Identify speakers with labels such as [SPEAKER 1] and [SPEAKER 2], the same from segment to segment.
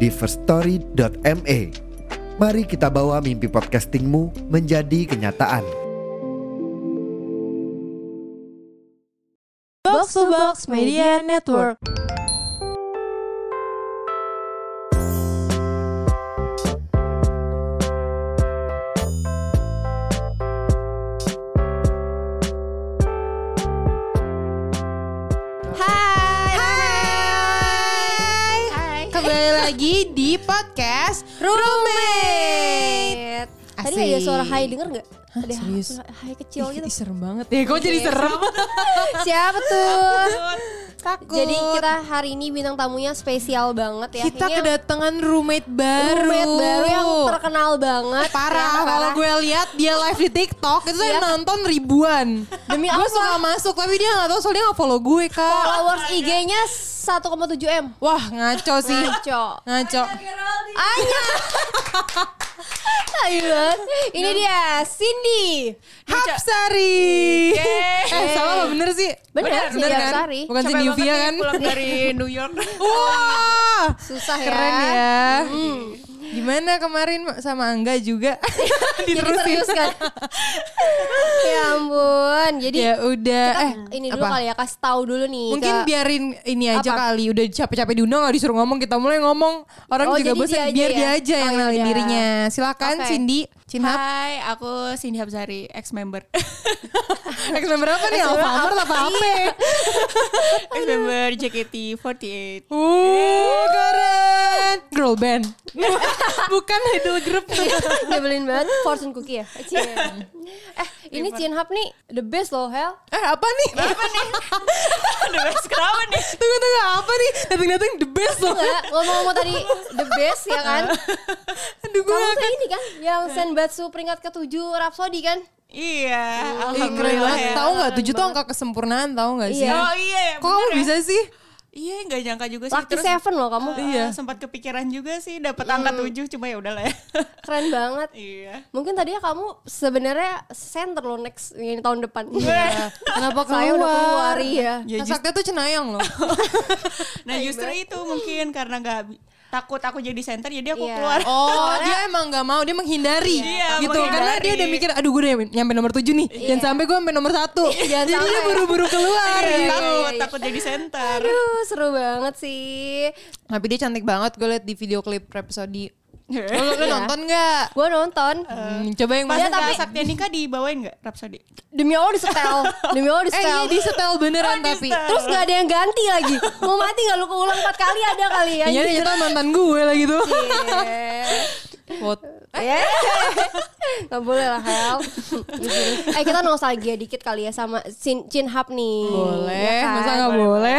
[SPEAKER 1] di firststory.me. Mari kita bawa mimpi podcastingmu menjadi kenyataan.
[SPEAKER 2] Box to Box Media Network.
[SPEAKER 3] Hai.
[SPEAKER 2] Hai.
[SPEAKER 3] Kembali lagi di podcast Roommate.
[SPEAKER 2] Tadi
[SPEAKER 3] Asik.
[SPEAKER 2] ada suara hai denger nggak?
[SPEAKER 4] Hah,
[SPEAKER 2] Ada
[SPEAKER 4] serius?
[SPEAKER 2] hai kecil
[SPEAKER 4] Ih,
[SPEAKER 2] gitu.
[SPEAKER 4] ih, serem banget ya, kok jadi
[SPEAKER 2] Iya,
[SPEAKER 4] serem?
[SPEAKER 2] Siapa tuh?
[SPEAKER 3] Takut.
[SPEAKER 2] Jadi kita hari ini bintang tamunya spesial banget ya.
[SPEAKER 3] kita
[SPEAKER 2] Iya, Kayaknya
[SPEAKER 3] kedatangan roommate baru.
[SPEAKER 2] roommate baru yang terkenal banget.
[SPEAKER 3] parah.
[SPEAKER 2] Yang
[SPEAKER 3] Kalau gue lihat dia live di TikTok itu saya
[SPEAKER 2] Iya.
[SPEAKER 3] nonton ribuan.
[SPEAKER 2] Demi
[SPEAKER 3] gue
[SPEAKER 2] apa?
[SPEAKER 3] suka masuk tapi dia nggak tahu soalnya nggak follow gue kak.
[SPEAKER 2] followers IG-nya 1,7 m.
[SPEAKER 3] Wah ngaco sih.
[SPEAKER 2] Ngaco.
[SPEAKER 3] Ngaco.
[SPEAKER 2] Anya. Hai, Bos. Ini dia Cindy.
[SPEAKER 3] Hapsari. Eh salah apa bener sih?
[SPEAKER 2] Bener, Cindy
[SPEAKER 3] kan?
[SPEAKER 2] Iya, Hapsari.
[SPEAKER 3] Bukan Cindy Yuvia kan?
[SPEAKER 4] dari New York.
[SPEAKER 3] Wah.
[SPEAKER 2] Susah ya. Mm.
[SPEAKER 3] Keren ya. Gimana kemarin Ma- sama Angga juga?
[SPEAKER 2] Iya, Jadi serius kan? ya ampun. Jadi
[SPEAKER 3] ya udah. Eh,
[SPEAKER 2] ini dulu
[SPEAKER 3] apa?
[SPEAKER 2] kali ya kasih tahu dulu nih.
[SPEAKER 3] Mungkin
[SPEAKER 2] ke-
[SPEAKER 3] biarin ini aja
[SPEAKER 2] Apa?
[SPEAKER 3] kali. Udah capek-capek diundang nggak disuruh ngomong. Kita mulai ngomong. Orang
[SPEAKER 2] Oh,
[SPEAKER 3] juga bosan.
[SPEAKER 2] jadi dia aja
[SPEAKER 3] Biar
[SPEAKER 2] ya?
[SPEAKER 3] dia aja yang
[SPEAKER 2] Oh, ya
[SPEAKER 3] kenalin
[SPEAKER 2] udah.
[SPEAKER 3] dirinya. Silakan
[SPEAKER 2] Oke.
[SPEAKER 3] Cindy. Cinhap.
[SPEAKER 5] Hai, aku Cindy Habsari, ex member.
[SPEAKER 3] Ex member apa nih?
[SPEAKER 2] member
[SPEAKER 3] Alfamart apa apa? ya?
[SPEAKER 5] ex member JKT48.
[SPEAKER 3] Uh, keren. Girl band. Bukan idol group.
[SPEAKER 2] Nyebelin banget fortune cookie ya. Cie. eh, ini Chin Hub nih the best loh, Hel.
[SPEAKER 3] Eh, apa nih? Apa nih?
[SPEAKER 5] Aduh, guys, kenapa nih?
[SPEAKER 3] Tunggu tunggu apa nih? Datang-datang the best loh.
[SPEAKER 2] Enggak, ngomong-ngomong tadi the best ya kan.
[SPEAKER 3] Iya. Aduh gue
[SPEAKER 2] Kamu tuh ini kan yang Senbatsu peringkat ketujuh Rhapsody kan?
[SPEAKER 5] Iya,
[SPEAKER 3] Ih, keren
[SPEAKER 5] alhamdulillah
[SPEAKER 3] banget.
[SPEAKER 5] ya.
[SPEAKER 3] Tahu nggak tujuh tuh angka kesempurnaan tahu nggak sih?
[SPEAKER 2] Iya.
[SPEAKER 5] Oh iya, ya,
[SPEAKER 3] Kok kamu
[SPEAKER 5] bener ya.
[SPEAKER 3] bisa sih?
[SPEAKER 5] Iya, nggak nyangka juga sih.
[SPEAKER 2] Lucky Seven loh kamu.
[SPEAKER 3] Iya.
[SPEAKER 5] uh, sempat kepikiran juga sih dapat angka tujuh, cuma ya udahlah ya.
[SPEAKER 2] Keren banget.
[SPEAKER 5] iya.
[SPEAKER 2] Mungkin tadinya kamu sebenarnya center loh next ini tahun depan.
[SPEAKER 3] Iya. Kenapa
[SPEAKER 2] Saya udah keluar
[SPEAKER 3] keluar?
[SPEAKER 2] iya.
[SPEAKER 5] Ya, just-
[SPEAKER 3] Sakti tuh cenayang loh.
[SPEAKER 5] nah justru itu mungkin karena nggak bi- takut aku jadi center, jadi aku
[SPEAKER 2] Iya.
[SPEAKER 5] keluar.
[SPEAKER 3] Oh, dia emang nggak mau, dia menghindari
[SPEAKER 5] Iya,
[SPEAKER 3] gitu. Karena
[SPEAKER 5] menghindari.
[SPEAKER 3] dia udah mikir, aduh gue udah nyampe nomor tujuh nih, jangan sampai gue sampai nomor satu.
[SPEAKER 2] Jangan
[SPEAKER 3] Jadi dia
[SPEAKER 2] sampai.
[SPEAKER 3] buru-buru keluar.
[SPEAKER 5] Takut,
[SPEAKER 3] gitu.
[SPEAKER 2] iya, iya.
[SPEAKER 5] takut jadi center.
[SPEAKER 2] Aduh, seru banget sih.
[SPEAKER 3] Tapi dia cantik banget, gue liat di video klip Rhapsody. Lo, lo
[SPEAKER 2] Iya.
[SPEAKER 3] Eh, nonton nggak?
[SPEAKER 2] Gua nonton.
[SPEAKER 3] Hmm, coba yang
[SPEAKER 5] Pas
[SPEAKER 3] mana?
[SPEAKER 5] Iya, tapi Saktia nikah dibawain nggak Rapsodi?
[SPEAKER 2] Demi Allah di setel. Demi Allah di
[SPEAKER 3] Eh
[SPEAKER 2] setel.
[SPEAKER 3] iya di setel beneran tapi.
[SPEAKER 2] Terus gak ada yang ganti lagi. Mau mati gak lu keulang empat kali ada kali ya.
[SPEAKER 3] Iya, ternyata mantan gue lagi tuh.
[SPEAKER 2] Iya.
[SPEAKER 3] Wot.
[SPEAKER 2] Eh, Gak boleh lah Hel Eh kita nostalgia dikit kali ya sama Chin, Chin Hap nih
[SPEAKER 3] Boleh,
[SPEAKER 2] Iya kan?
[SPEAKER 3] masa nggak boleh?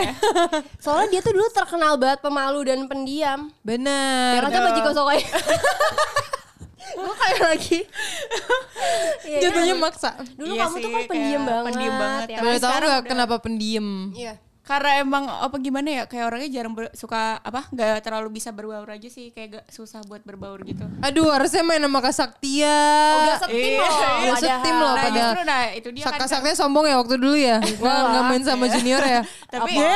[SPEAKER 2] Soalnya dia tuh dulu terkenal banget pemalu dan pendiam
[SPEAKER 3] Bener.
[SPEAKER 2] Karena sama Jiko Sokoy Gue kayak lagi Iya kan?
[SPEAKER 3] Jatuhnya maksa.
[SPEAKER 2] Dulu
[SPEAKER 5] Iya
[SPEAKER 2] kamu tuh
[SPEAKER 5] sih,
[SPEAKER 2] kan pendiam
[SPEAKER 5] kayak
[SPEAKER 2] banget
[SPEAKER 5] pendiam banget.
[SPEAKER 2] ya
[SPEAKER 3] Boleh
[SPEAKER 2] kan?
[SPEAKER 3] tahu
[SPEAKER 5] sekarang
[SPEAKER 3] nggak
[SPEAKER 5] udah-
[SPEAKER 3] kenapa pendiam?
[SPEAKER 2] Iya
[SPEAKER 5] Karena emang apa gimana ya kayak orangnya jarang ber- suka apa nggak terlalu bisa berbaur aja sih kayak gak susah buat berbaur gitu.
[SPEAKER 3] Aduh harusnya main sama Kak Saktia.
[SPEAKER 2] Udah Oh, setim
[SPEAKER 5] Iya,
[SPEAKER 2] loh
[SPEAKER 3] Udah
[SPEAKER 2] padahal.
[SPEAKER 3] setim loh
[SPEAKER 5] Nah
[SPEAKER 3] padahal.
[SPEAKER 5] justru nah itu dia
[SPEAKER 3] Kak
[SPEAKER 5] kan.
[SPEAKER 3] Saktia sombong ya waktu dulu ya. Wah nggak main sama junior ya.
[SPEAKER 5] Tapi iya.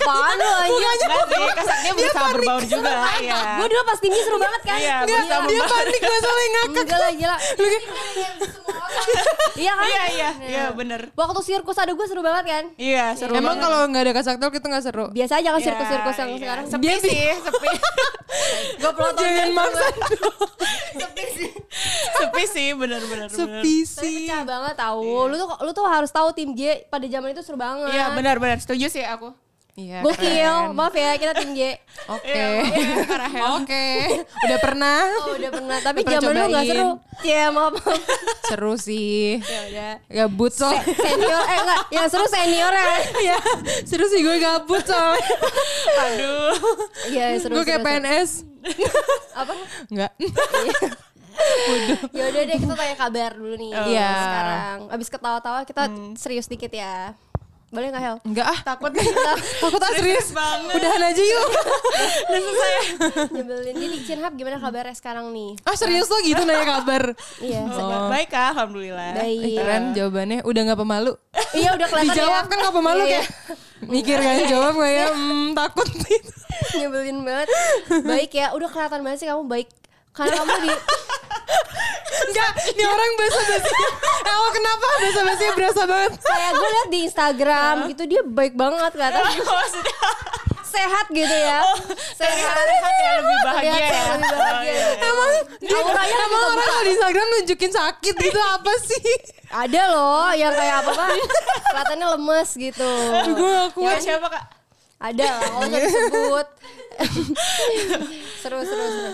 [SPEAKER 2] Apaan lu anjir
[SPEAKER 5] Nggak sih, Kak Saktia berusaha berbaur juga ya.
[SPEAKER 2] Gue iya. dulu pas timnya seru banget kan
[SPEAKER 5] Iya,
[SPEAKER 3] Nggak,
[SPEAKER 5] berusaha
[SPEAKER 3] dia panik masalahnya ngakak.
[SPEAKER 2] Enggak lah gila Iya kan
[SPEAKER 5] Iya iya iya bener.
[SPEAKER 2] Waktu sirkus ada gue seru banget kan
[SPEAKER 5] Iya seru.
[SPEAKER 3] Emang
[SPEAKER 5] banget.
[SPEAKER 3] kalau nggak ada Kak Saktia kita nggak seru.
[SPEAKER 2] Biasa aja kan
[SPEAKER 5] Iya,
[SPEAKER 2] sirkus-sirkus yang
[SPEAKER 5] iya.
[SPEAKER 2] sekarang
[SPEAKER 5] sepi
[SPEAKER 3] Dia bi-
[SPEAKER 5] sih sepi.
[SPEAKER 2] Gue
[SPEAKER 3] Jangan maksa.
[SPEAKER 5] sepi sih bener-bener.
[SPEAKER 3] Sepi sih.
[SPEAKER 2] Pecah banget tau Lu tuh lu tuh harus tahu tim G pada zaman itu seru banget
[SPEAKER 5] Iya benar-benar setuju sih aku.
[SPEAKER 3] Iya.
[SPEAKER 2] Gokil
[SPEAKER 3] keren.
[SPEAKER 2] Maaf ya kita tim G
[SPEAKER 3] Oke.
[SPEAKER 5] Iya, iya, Kak Rahel.
[SPEAKER 3] Oke. Udah pernah.
[SPEAKER 2] Oh udah pernah Tapi
[SPEAKER 3] Pernah
[SPEAKER 2] zaman lu gak
[SPEAKER 3] cobain.
[SPEAKER 2] seru Iya maaf maaf.
[SPEAKER 3] Seru sih.
[SPEAKER 2] Ya udah
[SPEAKER 3] Gabut soalnya.
[SPEAKER 2] Senior eh enggak Yang seru senior ya
[SPEAKER 3] Iya. Seru sih gue gabut soalnya.
[SPEAKER 5] Aduh.
[SPEAKER 2] Iya seru
[SPEAKER 3] Gue kayak
[SPEAKER 2] seru, seru.
[SPEAKER 3] PNS.
[SPEAKER 2] apa
[SPEAKER 3] Enggak.
[SPEAKER 2] ya udah deh kita tanya kabar dulu nih
[SPEAKER 3] Iya.
[SPEAKER 2] sekarang abis ketawa-tawa kita serius dikit ya boleh nggak Hel
[SPEAKER 3] Enggak ah.
[SPEAKER 2] takut nih kita
[SPEAKER 3] Takut ya. ah serius.
[SPEAKER 5] banget.
[SPEAKER 3] Udahan aja yuk.
[SPEAKER 2] nyebelin jadi Cinhab gimana kabarnya sekarang nih
[SPEAKER 3] Ah serius lo gitu nanya kabar.
[SPEAKER 2] iya
[SPEAKER 3] Oh.
[SPEAKER 5] Baik kah? Alhamdulillah.
[SPEAKER 3] Ih,
[SPEAKER 2] baik
[SPEAKER 3] Keren jawabannya. Udah nggak pemalu.
[SPEAKER 2] iya udah kelihatan
[SPEAKER 3] Dijawab
[SPEAKER 2] ya.
[SPEAKER 3] kan nggak pemalu
[SPEAKER 2] Iya,
[SPEAKER 3] kayak mikir kan jawab nggak ya? Hmm, takut gitu.
[SPEAKER 2] nyebelin banget baik ya udah kelihatan banget sih kamu baik karena kamu di
[SPEAKER 3] Enggak, ini orang bahasa basi. Awal kenapa bahasa basinya berasa banget?
[SPEAKER 2] kayak gue liat di Instagram gitu dia baik banget kelihatan
[SPEAKER 5] Maksudnya
[SPEAKER 2] sehat gitu ya
[SPEAKER 3] Oh,
[SPEAKER 2] sehat
[SPEAKER 5] hati yang lebih bahagia
[SPEAKER 2] Kelihatan
[SPEAKER 5] ya.
[SPEAKER 2] lebih bahagia gitu.
[SPEAKER 3] Emang dia
[SPEAKER 2] Auranya
[SPEAKER 3] Oh, iya, emang
[SPEAKER 2] gitu.
[SPEAKER 3] orang kalau di Instagram nunjukin sakit gitu apa sih?
[SPEAKER 2] ada loh yang kayak apa kan kelihatannya lemes gitu
[SPEAKER 3] Gue gak
[SPEAKER 5] Oh, iya.
[SPEAKER 3] kuat.
[SPEAKER 5] siapa kak?
[SPEAKER 2] ada lah kalau usah disebut seru seru seru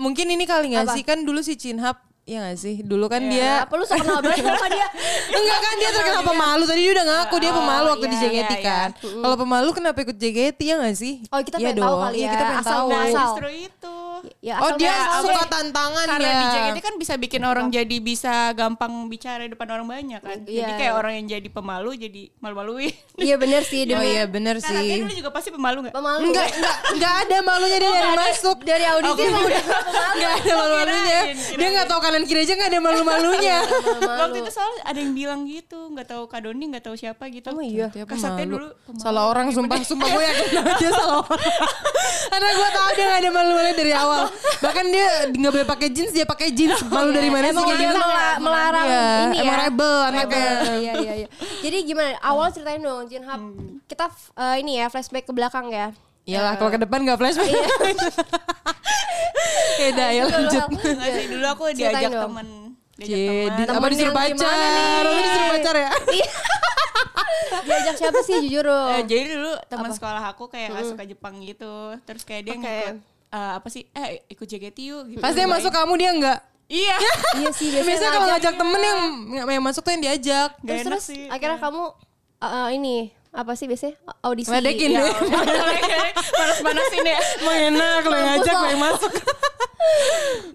[SPEAKER 3] Mungkin ini kali nggak
[SPEAKER 2] Apa?
[SPEAKER 3] sih kan dulu si Cinhap ya gak sih? Dulu kan
[SPEAKER 2] ya,
[SPEAKER 3] dia
[SPEAKER 2] apa lu sok kenal banget sama dia
[SPEAKER 3] Enggak kan dia terkenal
[SPEAKER 2] Iya,
[SPEAKER 3] pemalu Tadi dia udah ngaku
[SPEAKER 2] Ah,
[SPEAKER 3] dia pemalu waktu
[SPEAKER 5] iya,
[SPEAKER 3] di JGT
[SPEAKER 5] iya,
[SPEAKER 3] kan Kalau pemalu kenapa ikut JGT ya gak sih?
[SPEAKER 2] Oh, kita
[SPEAKER 3] Iya
[SPEAKER 2] pengen tahu
[SPEAKER 3] dong.
[SPEAKER 2] kali
[SPEAKER 3] Iya,
[SPEAKER 2] ya,
[SPEAKER 3] kita pengen
[SPEAKER 2] asal
[SPEAKER 3] tahu
[SPEAKER 5] Nah
[SPEAKER 2] Masal.
[SPEAKER 5] justru itu.
[SPEAKER 2] ya,
[SPEAKER 3] Oh
[SPEAKER 2] asal
[SPEAKER 3] dia
[SPEAKER 2] kenal.
[SPEAKER 3] suka tantangan
[SPEAKER 5] Karena
[SPEAKER 3] ya
[SPEAKER 5] di JKT kan bisa bikin orang jadi bisa gampang bicara depan orang banyak kan. Jadi
[SPEAKER 2] Iya.
[SPEAKER 5] kayak orang yang jadi pemalu jadi malu-maluin.
[SPEAKER 2] iya bener sih
[SPEAKER 3] Oh
[SPEAKER 2] demi
[SPEAKER 3] iya bener
[SPEAKER 5] Nah,
[SPEAKER 3] sih
[SPEAKER 5] Raden lu juga pasti pemalu gak?
[SPEAKER 2] pemalu
[SPEAKER 3] Enggak, enggak, enggak ada malunya dia dari masuk
[SPEAKER 2] Oh, dari audisi
[SPEAKER 3] Aku-
[SPEAKER 2] emang udah
[SPEAKER 3] Enggak ada malu-malunya
[SPEAKER 5] Kirain, kirain.
[SPEAKER 3] Dia enggak tahu kanan kiri aja enggak ada malu-malunya
[SPEAKER 5] Waktu itu soalnya ada yang bilang gitu, nggak tahu Kak Doni, nggak tahu siapa gitu.
[SPEAKER 2] Oh iya.
[SPEAKER 3] Dia
[SPEAKER 5] Kasatnya
[SPEAKER 3] pemalu.
[SPEAKER 5] dulu pemalu.
[SPEAKER 3] Ya, Salah orang sumpah Sumpah gue yakin banget dia salah orang Karena gue tau dia gak ada malu-malu dari awal Bahkan dia gak boleh pakai jeans Dia pakai jeans Malu dari mana sih
[SPEAKER 2] Emang
[SPEAKER 3] kayak
[SPEAKER 2] dia
[SPEAKER 3] gitu
[SPEAKER 2] mela- melarang
[SPEAKER 3] Iya,
[SPEAKER 2] ini ya.
[SPEAKER 3] Emang rebel
[SPEAKER 2] Rebel,
[SPEAKER 3] anaknya
[SPEAKER 2] Iya iya iya. Jadi gimana? Awal ceritain dong Jin Hap. Kita f- eh, ini ya flashback ke belakang ya.
[SPEAKER 3] Iyalah kalau ke depan gak flashback
[SPEAKER 2] Iya.
[SPEAKER 3] Ya udah ya lanjut
[SPEAKER 5] Nggak sih, dulu aku
[SPEAKER 2] Ceritain
[SPEAKER 5] diajak
[SPEAKER 2] dong.
[SPEAKER 5] temen. Diajak
[SPEAKER 3] Jadi
[SPEAKER 5] temen.
[SPEAKER 3] apa
[SPEAKER 2] Temen
[SPEAKER 3] disuruh
[SPEAKER 2] yang
[SPEAKER 3] pacar
[SPEAKER 2] gimana nih?
[SPEAKER 3] Lu disuruh pacar ya
[SPEAKER 2] Iya. Diajak siapa sih jujur
[SPEAKER 5] Eh,
[SPEAKER 2] dong?
[SPEAKER 5] jadi dulu teman sekolah aku kayak nggak suka Jepang gitu. Terus kayak dia
[SPEAKER 2] Oke.
[SPEAKER 5] ngikut eh, apa sih? Eh ikut JKT yuk gitu.
[SPEAKER 3] Pasti yang masuk kamu dia enggak
[SPEAKER 5] Iya.
[SPEAKER 2] Iya sih
[SPEAKER 3] Biasanya
[SPEAKER 2] biasanya
[SPEAKER 3] kalau
[SPEAKER 2] ngajak.
[SPEAKER 3] ngajak temen yang, yang masuk tuh yang diajak
[SPEAKER 5] Gak
[SPEAKER 2] Terus
[SPEAKER 5] enak
[SPEAKER 2] terus
[SPEAKER 5] sih.
[SPEAKER 2] akhirnya kamu eh, ini apa sih biasanya audisi?
[SPEAKER 3] Ledekin
[SPEAKER 2] Iya.
[SPEAKER 3] ya.
[SPEAKER 5] Panas-panasin ya.
[SPEAKER 3] Emang enak lo yang ngajak
[SPEAKER 2] Mampus
[SPEAKER 3] lo
[SPEAKER 2] lo.
[SPEAKER 3] yang masuk.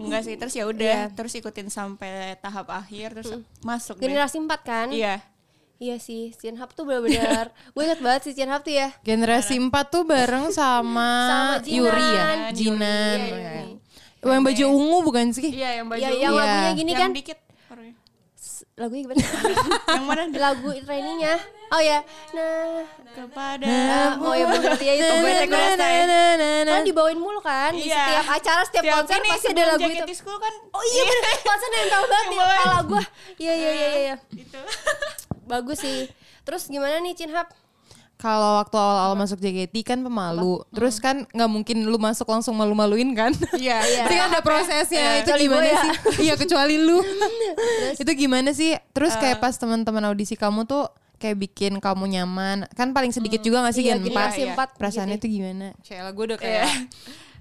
[SPEAKER 5] Enggak sih, terus ya
[SPEAKER 2] Iya.
[SPEAKER 5] udah, terus ikutin sampai tahap akhir terus masuk deh.
[SPEAKER 2] Hmm. Generasi 4 kan?
[SPEAKER 5] Iya.
[SPEAKER 2] Iya sih, Jin Hap tuh benar-benar. Gue inget banget sih Jin Hap tuh ya.
[SPEAKER 3] Generasi 4 tuh bareng sama,
[SPEAKER 2] Sama Jinan.
[SPEAKER 3] Yuri ya,
[SPEAKER 2] Yuri,
[SPEAKER 3] Jinan.
[SPEAKER 2] iya,
[SPEAKER 3] Iya, Yang baju ungu bukan sih?
[SPEAKER 5] Iya, yang baju.
[SPEAKER 2] Iya,
[SPEAKER 3] Iya.
[SPEAKER 2] yang lagunya gini kan.
[SPEAKER 5] yang dikit. orangnya.
[SPEAKER 2] Lagunya gimana?
[SPEAKER 5] yang mana?
[SPEAKER 2] lagu trainingnya oh ya nah
[SPEAKER 5] Kepada
[SPEAKER 2] oh ya bener ya itu
[SPEAKER 5] Gue
[SPEAKER 2] bener
[SPEAKER 5] naik kereta ya.
[SPEAKER 2] kan dibawain mulu kan di
[SPEAKER 5] Iya.
[SPEAKER 2] setiap acara setiap
[SPEAKER 5] Tiap
[SPEAKER 2] konser
[SPEAKER 5] ini
[SPEAKER 2] pasti ada
[SPEAKER 5] sebelum
[SPEAKER 2] lagu itu
[SPEAKER 5] JKT School kan.
[SPEAKER 2] oh iya bener konser yang tahu banget di
[SPEAKER 5] Dibawain.
[SPEAKER 2] kepala gue iya iya iya iya
[SPEAKER 5] Itu.
[SPEAKER 2] bagus sih terus gimana nih Cinhap
[SPEAKER 3] Kalau waktu awal-awal masuk JKT kan pemalu, terus kan nggak mungkin lu masuk langsung malu-maluin kan?
[SPEAKER 5] Iya.
[SPEAKER 2] Iya.
[SPEAKER 3] Pasti kan ada prosesnya
[SPEAKER 2] Iya.
[SPEAKER 3] itu
[SPEAKER 2] Kecuali
[SPEAKER 3] gimana
[SPEAKER 2] gua ya.
[SPEAKER 3] sih? Iya kecuali lu. itu gimana sih? Terus kayak
[SPEAKER 2] Eh.
[SPEAKER 3] pas teman-teman audisi kamu tuh kayak bikin kamu nyaman. Kan paling sedikit juga gak sih
[SPEAKER 2] Iya,
[SPEAKER 3] Gen 4?
[SPEAKER 2] generasi empat
[SPEAKER 3] Perasaannya
[SPEAKER 2] gitu
[SPEAKER 3] tuh gimana? Cela gue udah
[SPEAKER 5] Kayak Iya.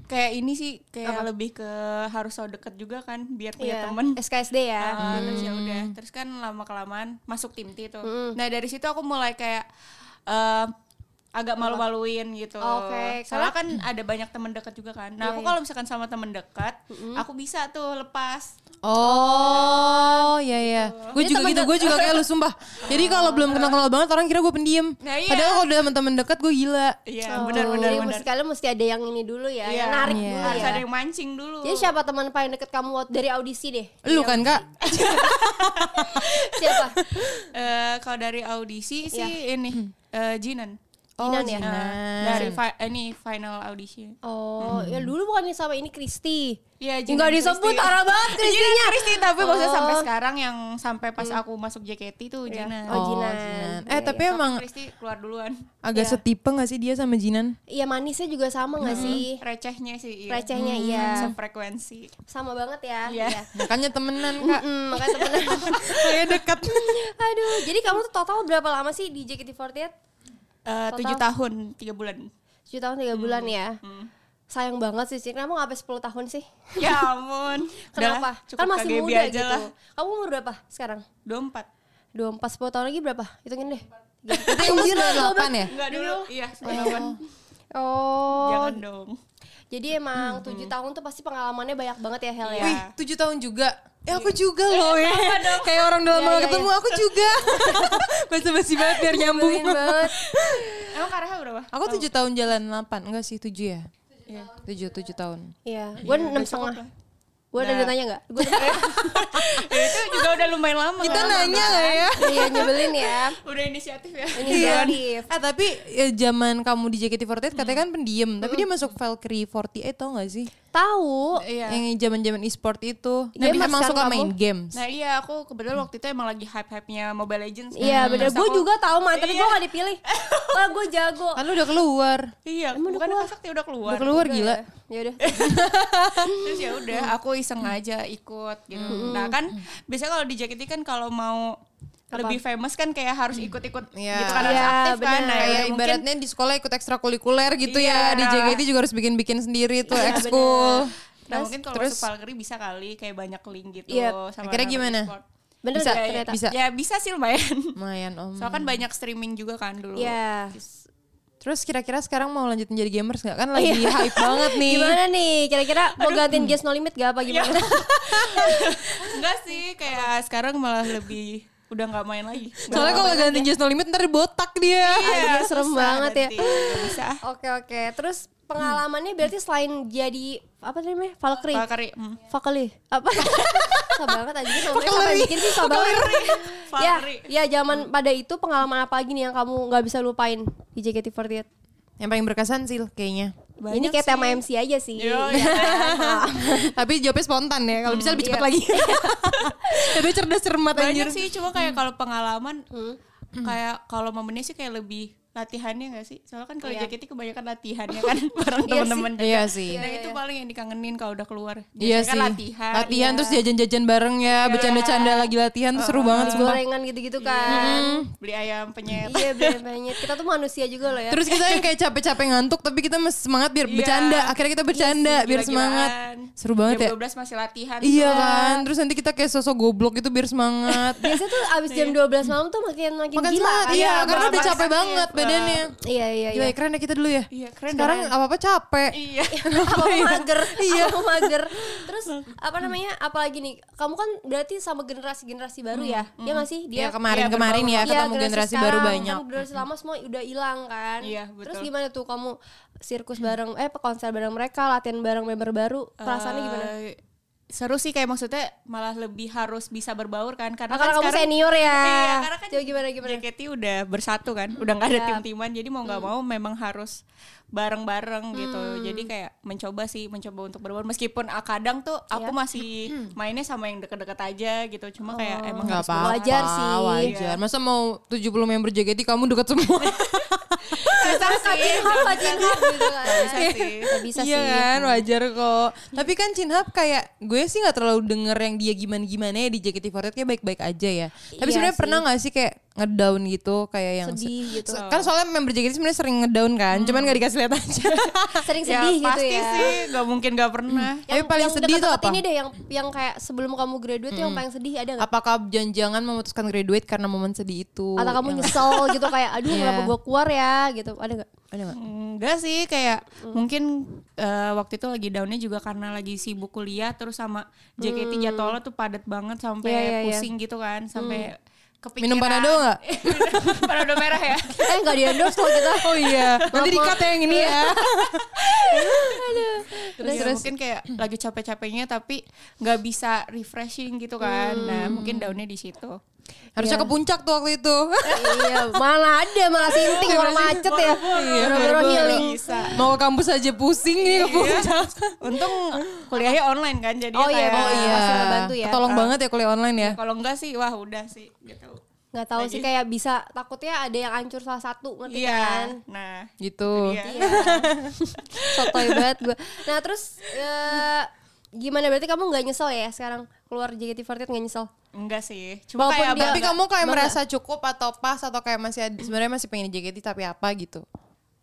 [SPEAKER 5] kayak ini sih kayak lebih ke harus so deket juga kan biar punya
[SPEAKER 2] Iya,
[SPEAKER 5] temen.
[SPEAKER 2] SKSD ya
[SPEAKER 5] Ah, terus ya udah terus kan lama kelamaan masuk tim T tuh
[SPEAKER 2] Hmm.
[SPEAKER 5] nah dari situ aku mulai kayak eh, agak malu-maluin gitu
[SPEAKER 2] Oke, Iya,
[SPEAKER 5] soalnya kan ada banyak temen dekat juga kan nah aku kalau misalkan sama temen dekat
[SPEAKER 2] Hmm.
[SPEAKER 5] aku bisa tuh lepas
[SPEAKER 3] Oh, iya iya. Gue
[SPEAKER 2] Ini
[SPEAKER 3] juga
[SPEAKER 2] temen
[SPEAKER 3] gitu,
[SPEAKER 2] de-
[SPEAKER 3] gue juga kayak lu sumpah. Jadi kalau belum kenal-kenal banget orang kira gue pendiam.
[SPEAKER 5] Nah, iya.
[SPEAKER 3] Padahal kalau udah teman-teman dekat gue gila.
[SPEAKER 5] iya
[SPEAKER 2] Oh,
[SPEAKER 5] benar-benar
[SPEAKER 2] jadi
[SPEAKER 5] benar
[SPEAKER 2] mesti kalian mesti ada yang ini dulu ya
[SPEAKER 5] Iya.
[SPEAKER 2] yang narik
[SPEAKER 3] Iya.
[SPEAKER 2] dulu
[SPEAKER 5] harus
[SPEAKER 2] ya
[SPEAKER 5] ada yang mancing dulu
[SPEAKER 2] jadi siapa teman paling deket kamu waktu- dari audisi deh
[SPEAKER 3] Lu kan, Kak?
[SPEAKER 2] siapa
[SPEAKER 5] Eh, kalau dari
[SPEAKER 2] Iya.
[SPEAKER 5] audisi sih ini eh, Jinan
[SPEAKER 3] Oh,
[SPEAKER 2] Jinan ya?
[SPEAKER 5] Nah, dari fi- eh, ini final audisi
[SPEAKER 2] Oh, ya dulu bukannya sama ini Kristi.
[SPEAKER 5] Iya, Jinan
[SPEAKER 2] Enggak disebut
[SPEAKER 5] Christie.
[SPEAKER 2] arah banget
[SPEAKER 5] Jinan
[SPEAKER 2] Kristinya.
[SPEAKER 5] Kristi tapi maksudnya sampai
[SPEAKER 2] Oh. Hmm.
[SPEAKER 5] sekarang yang sampai pas aku masuk JKT tuh Jinan
[SPEAKER 2] Oh, Jinan.
[SPEAKER 3] Eh,
[SPEAKER 2] iya.
[SPEAKER 3] tapi emang
[SPEAKER 5] Kristi keluar duluan.
[SPEAKER 3] agak setipe gak sih dia sama Jinan?
[SPEAKER 2] Iya manisnya juga sama nggak sih?
[SPEAKER 5] Recehnya sih. Iya.
[SPEAKER 2] Recehnya iya.
[SPEAKER 5] Sefrekuensi. Eh,
[SPEAKER 2] Sama banget ya.
[SPEAKER 5] Iya.
[SPEAKER 2] Iya.
[SPEAKER 3] Makanya temenan, Kak.
[SPEAKER 2] Mm, makanya temen.
[SPEAKER 3] Kayak dekat.
[SPEAKER 2] Aduh, jadi kamu tuh total berapa lama sih di JKT48?
[SPEAKER 5] Eh, Tujuh tahun tiga bulan.
[SPEAKER 2] 7 tahun 3 bulan
[SPEAKER 5] Hmm.
[SPEAKER 2] ya. Sayang banget sih, Cik. Kamu nggak sampai 10 tahun sih?
[SPEAKER 5] Ya ampun.
[SPEAKER 2] Kenapa?
[SPEAKER 5] Udahlah, cukup
[SPEAKER 2] kan masih
[SPEAKER 5] KGB
[SPEAKER 2] muda
[SPEAKER 5] aja
[SPEAKER 2] gitu.
[SPEAKER 5] lah.
[SPEAKER 2] Kamu umur berapa sekarang?
[SPEAKER 5] Dua empat.
[SPEAKER 2] 24 10 tahun lagi berapa? Hitungin deh.
[SPEAKER 3] Itu yang 98 ya?
[SPEAKER 5] Oh. Enggak dulu. Iya sembilan delapan.
[SPEAKER 2] Oh. Hmm,
[SPEAKER 5] Jangan dong.
[SPEAKER 2] Jadi emang tujuh tahun tuh pasti pengalamannya banyak banget ya
[SPEAKER 5] Iya.
[SPEAKER 2] Hel ya.
[SPEAKER 3] Wih, tujuh tahun juga. Eh aku juga loh ya. Kayak orang dalam
[SPEAKER 2] Iya,
[SPEAKER 3] lama
[SPEAKER 2] iya,
[SPEAKER 3] ketemu, aku juga. Basa-basi banget biar nyambung.
[SPEAKER 2] Nyambungin banget.
[SPEAKER 5] Emang Karaha berapa?
[SPEAKER 3] Aku tujuh tahun jalan 8, enggak sih tujuh ya? Iya. Tujuh, tujuh tahun.
[SPEAKER 2] Iya, gue enam setengah. Gue ada ditanya nggak? Gue
[SPEAKER 5] Ya, itu juga udah lumayan lama.
[SPEAKER 3] Kita
[SPEAKER 5] kan?
[SPEAKER 3] nanya nggak ya?
[SPEAKER 2] iya nyebelin ya.
[SPEAKER 5] Udah inisiatif ya.
[SPEAKER 2] Ini Zarif.
[SPEAKER 3] Ah tapi eh, zaman kamu di JKT48 katanya kan pendiam, tapi dia masuk Valkyrie 48 tau gak sih?
[SPEAKER 2] Tahu.
[SPEAKER 5] Iya.
[SPEAKER 3] Yang zaman-zaman e-sport itu.
[SPEAKER 2] Iya,
[SPEAKER 3] Nah, dia emang
[SPEAKER 2] Mas, kan
[SPEAKER 3] suka
[SPEAKER 2] kamu?
[SPEAKER 3] main games.
[SPEAKER 5] Nah iya aku kebetulan waktu itu emang lagi hype-hype-nya Mobile Legends. kan.
[SPEAKER 2] Iya bener, gue
[SPEAKER 5] Terus aku-
[SPEAKER 2] juga tahu mah, tapi gue
[SPEAKER 5] Iya.
[SPEAKER 2] gak dipilih Wah gue jago
[SPEAKER 3] Kan lu udah keluar.
[SPEAKER 5] Iya, bukan Kak Sakti udah ya. keluar.
[SPEAKER 3] Udah keluar gila.
[SPEAKER 2] Yaudah,
[SPEAKER 5] Terus ya udah aku iseng aja ikut gitu. Nah kan biasanya kalau di JKT kan kalau mau lebih famous kan kayak harus ikut-ikut
[SPEAKER 3] Iya.
[SPEAKER 5] gitu kan harus
[SPEAKER 2] Iya,
[SPEAKER 5] aktif kan.
[SPEAKER 2] bener.
[SPEAKER 5] Nah, ya
[SPEAKER 3] Kayak
[SPEAKER 5] udah mungkin
[SPEAKER 3] ibaratnya di sekolah ikut ekstrakurikuler gitu ya.
[SPEAKER 5] Iya.
[SPEAKER 3] Di JKT juga harus bikin-bikin sendiri tuh ekskul.
[SPEAKER 5] Nah mungkin kalau masuk Valkyrie bisa kali kayak banyak link gitu
[SPEAKER 2] Iya.
[SPEAKER 5] sama
[SPEAKER 3] Akhirnya
[SPEAKER 5] nama
[SPEAKER 3] gimana?
[SPEAKER 5] e-sport.
[SPEAKER 2] bener
[SPEAKER 3] Bisa,
[SPEAKER 2] gak ternyata?
[SPEAKER 3] bisa.
[SPEAKER 5] Ya bisa sih lumayan.
[SPEAKER 3] Lumayan om.
[SPEAKER 5] Soalnya kan banyak streaming juga kan dulu.
[SPEAKER 2] Iya
[SPEAKER 3] Terus kira-kira sekarang mau lanjut menjadi gamers nggak? Kan
[SPEAKER 5] Iya.
[SPEAKER 3] lagi hype banget nih.
[SPEAKER 2] Gimana nih, kira-kira mau gantiin Guess No Limit gak apa gimana?
[SPEAKER 5] Enggak sih kayak sekarang malah lebih udah nggak main lagi.
[SPEAKER 3] Soalnya kalau ganti Just No Limit ntar botak dia.
[SPEAKER 2] Iya, serem
[SPEAKER 5] susah
[SPEAKER 2] banget ya.
[SPEAKER 5] nanti. Nggak Bisa.
[SPEAKER 2] Oke oke, terus pengalamannya berarti selain jadi, apa namanya, Valkyrie?
[SPEAKER 5] Valkyrie. hmm.
[SPEAKER 2] Fakali apa susah banget aja namanya sampai
[SPEAKER 3] Fakeli.
[SPEAKER 2] bikin susah banget ya
[SPEAKER 5] Fakeli.
[SPEAKER 2] ya zaman pada itu pengalaman apa lagi nih yang kamu nggak bisa lupain di JKT48
[SPEAKER 3] Yang paling berkesan sih kayaknya.
[SPEAKER 2] ini kayak tema MC aja sih
[SPEAKER 5] Yo, ya.
[SPEAKER 3] Tapi jawabnya spontan ya. Kalau bisa lebih cepat lagi. Tapi cerdas cermat
[SPEAKER 5] Hmm, iya. banyak
[SPEAKER 3] anjir. Hmm.
[SPEAKER 5] sih cuma kayak kalau pengalaman kayak kalau momennya sih kayak lebih latihannya gak sih soalnya kan kalau JKT kebanyakan latihannya kan bareng teman-teman juga
[SPEAKER 3] Iya sih.
[SPEAKER 5] nah itu paling yang dikangenin kalau udah keluar
[SPEAKER 3] Iya
[SPEAKER 5] Biasanya
[SPEAKER 3] sih.
[SPEAKER 5] kan latihan Iya.
[SPEAKER 3] Latihan terus jajan-jajan bareng ya, bercanda-canda lagi latihan tuh seru banget sumpah.
[SPEAKER 2] gorengan gitu-gitu kan
[SPEAKER 5] beli ayam penyet
[SPEAKER 2] iya bener banget kita tuh manusia juga loh ya
[SPEAKER 3] Terus kita yang kayak capek-capek ngantuk tapi kita masih semangat biar
[SPEAKER 5] Iya.
[SPEAKER 3] bercanda. Akhirnya kita bercanda biar semangat. Seru banget ya.
[SPEAKER 5] jam 12 masih latihan
[SPEAKER 3] Iya kan. Terus nanti kita kayak sosok goblok itu biar semangat.
[SPEAKER 2] biasanya tuh abis jam 12 malam tuh makin makin,
[SPEAKER 3] Makan
[SPEAKER 2] gila
[SPEAKER 3] semangat.
[SPEAKER 2] kan?
[SPEAKER 3] Iya,
[SPEAKER 5] Iya,
[SPEAKER 3] karena udah
[SPEAKER 5] makan
[SPEAKER 3] capek
[SPEAKER 5] sakit.
[SPEAKER 3] banget badannya.
[SPEAKER 2] iya iya
[SPEAKER 3] Gila
[SPEAKER 2] iya
[SPEAKER 3] ya, keren deh kita dulu ya.
[SPEAKER 5] iya keren
[SPEAKER 3] Sekarang
[SPEAKER 5] dong.
[SPEAKER 3] apa-apa capek.
[SPEAKER 5] iya
[SPEAKER 2] apa mager iya mager terus
[SPEAKER 3] Hmm.
[SPEAKER 2] apa namanya apalagi nih kamu kan berarti sama generasi generasi baru ya ya nggak sih
[SPEAKER 3] Ya
[SPEAKER 2] dia
[SPEAKER 3] kemarin-kemarin ya,
[SPEAKER 2] Iya,
[SPEAKER 3] ketemu generasi baru
[SPEAKER 2] sekarang,
[SPEAKER 3] banyak.
[SPEAKER 2] kan generasi lama semua udah hilang kan
[SPEAKER 5] Iya,
[SPEAKER 2] terus
[SPEAKER 5] betul.
[SPEAKER 2] gimana tuh kamu sirkus bareng eh konser bareng mereka latihan bareng member baru perasaannya gimana
[SPEAKER 5] Eh, seru sih kayak maksudnya malah lebih harus bisa berbaur kan
[SPEAKER 2] Ah,
[SPEAKER 5] karena,
[SPEAKER 3] Nah,
[SPEAKER 2] karena
[SPEAKER 5] kan
[SPEAKER 2] kamu senior ya.
[SPEAKER 5] Iya, karena kan
[SPEAKER 2] Coba gimana, gimana?
[SPEAKER 5] JKT udah bersatu kan udah nggak ada
[SPEAKER 2] Iya.
[SPEAKER 5] tim-timan jadi mau nggak mau memang harus bareng-bareng gitu
[SPEAKER 2] Hmm.
[SPEAKER 5] jadi kayak mencoba sih mencoba untuk berbaur meskipun ah, kadang tuh aku
[SPEAKER 2] Iya.
[SPEAKER 5] masih
[SPEAKER 2] Hmm.
[SPEAKER 5] mainnya sama yang deket-deket aja gitu
[SPEAKER 2] Oh.
[SPEAKER 5] cuma kayak emang
[SPEAKER 3] Gak
[SPEAKER 5] harus
[SPEAKER 3] apa-apa.
[SPEAKER 2] Wajar sih.
[SPEAKER 3] Wajar. Masa mau 70 member JKT kamu deket semua.
[SPEAKER 5] susah sih Iya.
[SPEAKER 2] apa cinta gitu kan
[SPEAKER 5] susah sih
[SPEAKER 2] Nggak bisa
[SPEAKER 3] iya
[SPEAKER 2] sih Iya.
[SPEAKER 3] kan, wajar kok. Tapi kan Cinhap kayak gue sih nggak terlalu denger yang dia gimana-gimana ya di JKT48 kayak baik-baik aja ya. Tapi
[SPEAKER 2] Iya
[SPEAKER 3] sebenarnya
[SPEAKER 2] sih.
[SPEAKER 3] pernah nggak sih kayak ngedown gitu kayak yang
[SPEAKER 2] Sedih gitu. Hmm.
[SPEAKER 3] Kan soalnya member JKT sebenarnya sering ngedown kan, cuman nggak dikasih lihat aja.
[SPEAKER 2] sering
[SPEAKER 5] ya
[SPEAKER 2] sedih gitu
[SPEAKER 5] pasti
[SPEAKER 2] ya Hmm.
[SPEAKER 5] sih nggak mungkin nggak pernah
[SPEAKER 3] Tapi paling sedih tuh
[SPEAKER 2] deket-deket
[SPEAKER 3] apa?
[SPEAKER 2] ini deh yang yang kayak sebelum kamu graduate tuh yang
[SPEAKER 5] Hmm.
[SPEAKER 2] paling sedih ada nggak
[SPEAKER 3] Apakah jangan-jangan memutuskan graduate karena momen sedih itu?
[SPEAKER 2] atau kamu
[SPEAKER 3] Ya nggak?
[SPEAKER 2] nyesel gitu kayak aduh
[SPEAKER 3] Iya.
[SPEAKER 2] kenapa gue keluar ya gitu ada nggak
[SPEAKER 3] Ada nggak?
[SPEAKER 5] Enggak sih kayak
[SPEAKER 2] Hmm.
[SPEAKER 5] mungkin eh, waktu itu lagi downnya juga karena lagi sibuk kuliah terus sama JKT jadwalnya tuh padat banget sampai
[SPEAKER 2] Hmm. Iya, Hmm. iya, iya.
[SPEAKER 5] pusing gitu kan sampai kepikiran
[SPEAKER 3] Minum panado nggak?
[SPEAKER 5] panado merah ya
[SPEAKER 2] eh nggak di endorse loh kita
[SPEAKER 3] Oh iya, nanti di-cut ya yang ini ya.
[SPEAKER 5] terus, ya, mungkin kayak lagi capek-capeknya tapi nggak bisa refreshing gitu kan nah mungkin downnya di situ
[SPEAKER 3] Harusnya ke puncak tuh waktu itu.
[SPEAKER 2] iya mana ada Iya, malah sinting orang macet ya boro-boro healing
[SPEAKER 5] bisa Iya.
[SPEAKER 3] Mau ke kampus aja pusing nih ke puncak.
[SPEAKER 5] untung kuliahnya online kan jadi
[SPEAKER 2] Oh, iya.
[SPEAKER 5] kayak
[SPEAKER 2] Oh, iya. Pasti ngebantu ya.
[SPEAKER 3] Tolong banget ya kuliah online ya.
[SPEAKER 5] kalau enggak sih wah udah sih gitu
[SPEAKER 2] nggak tahu sih kayak bisa takutnya ada yang hancur salah satu ngerti kan
[SPEAKER 5] iya nah
[SPEAKER 3] Gitu.
[SPEAKER 5] iya.
[SPEAKER 2] iya sotoy banget gue nah terus eh, gimana berarti kamu nggak nyesel ya sekarang keluar JKT48 nggak nyesel
[SPEAKER 5] Enggak sih. Cuma
[SPEAKER 3] Walaupun
[SPEAKER 5] kayak
[SPEAKER 3] dia- tapi
[SPEAKER 5] abang-
[SPEAKER 3] kamu kayak merasa cukup atau pas atau kayak masih ada- sebenarnya masih pengen di JKT tapi apa gitu.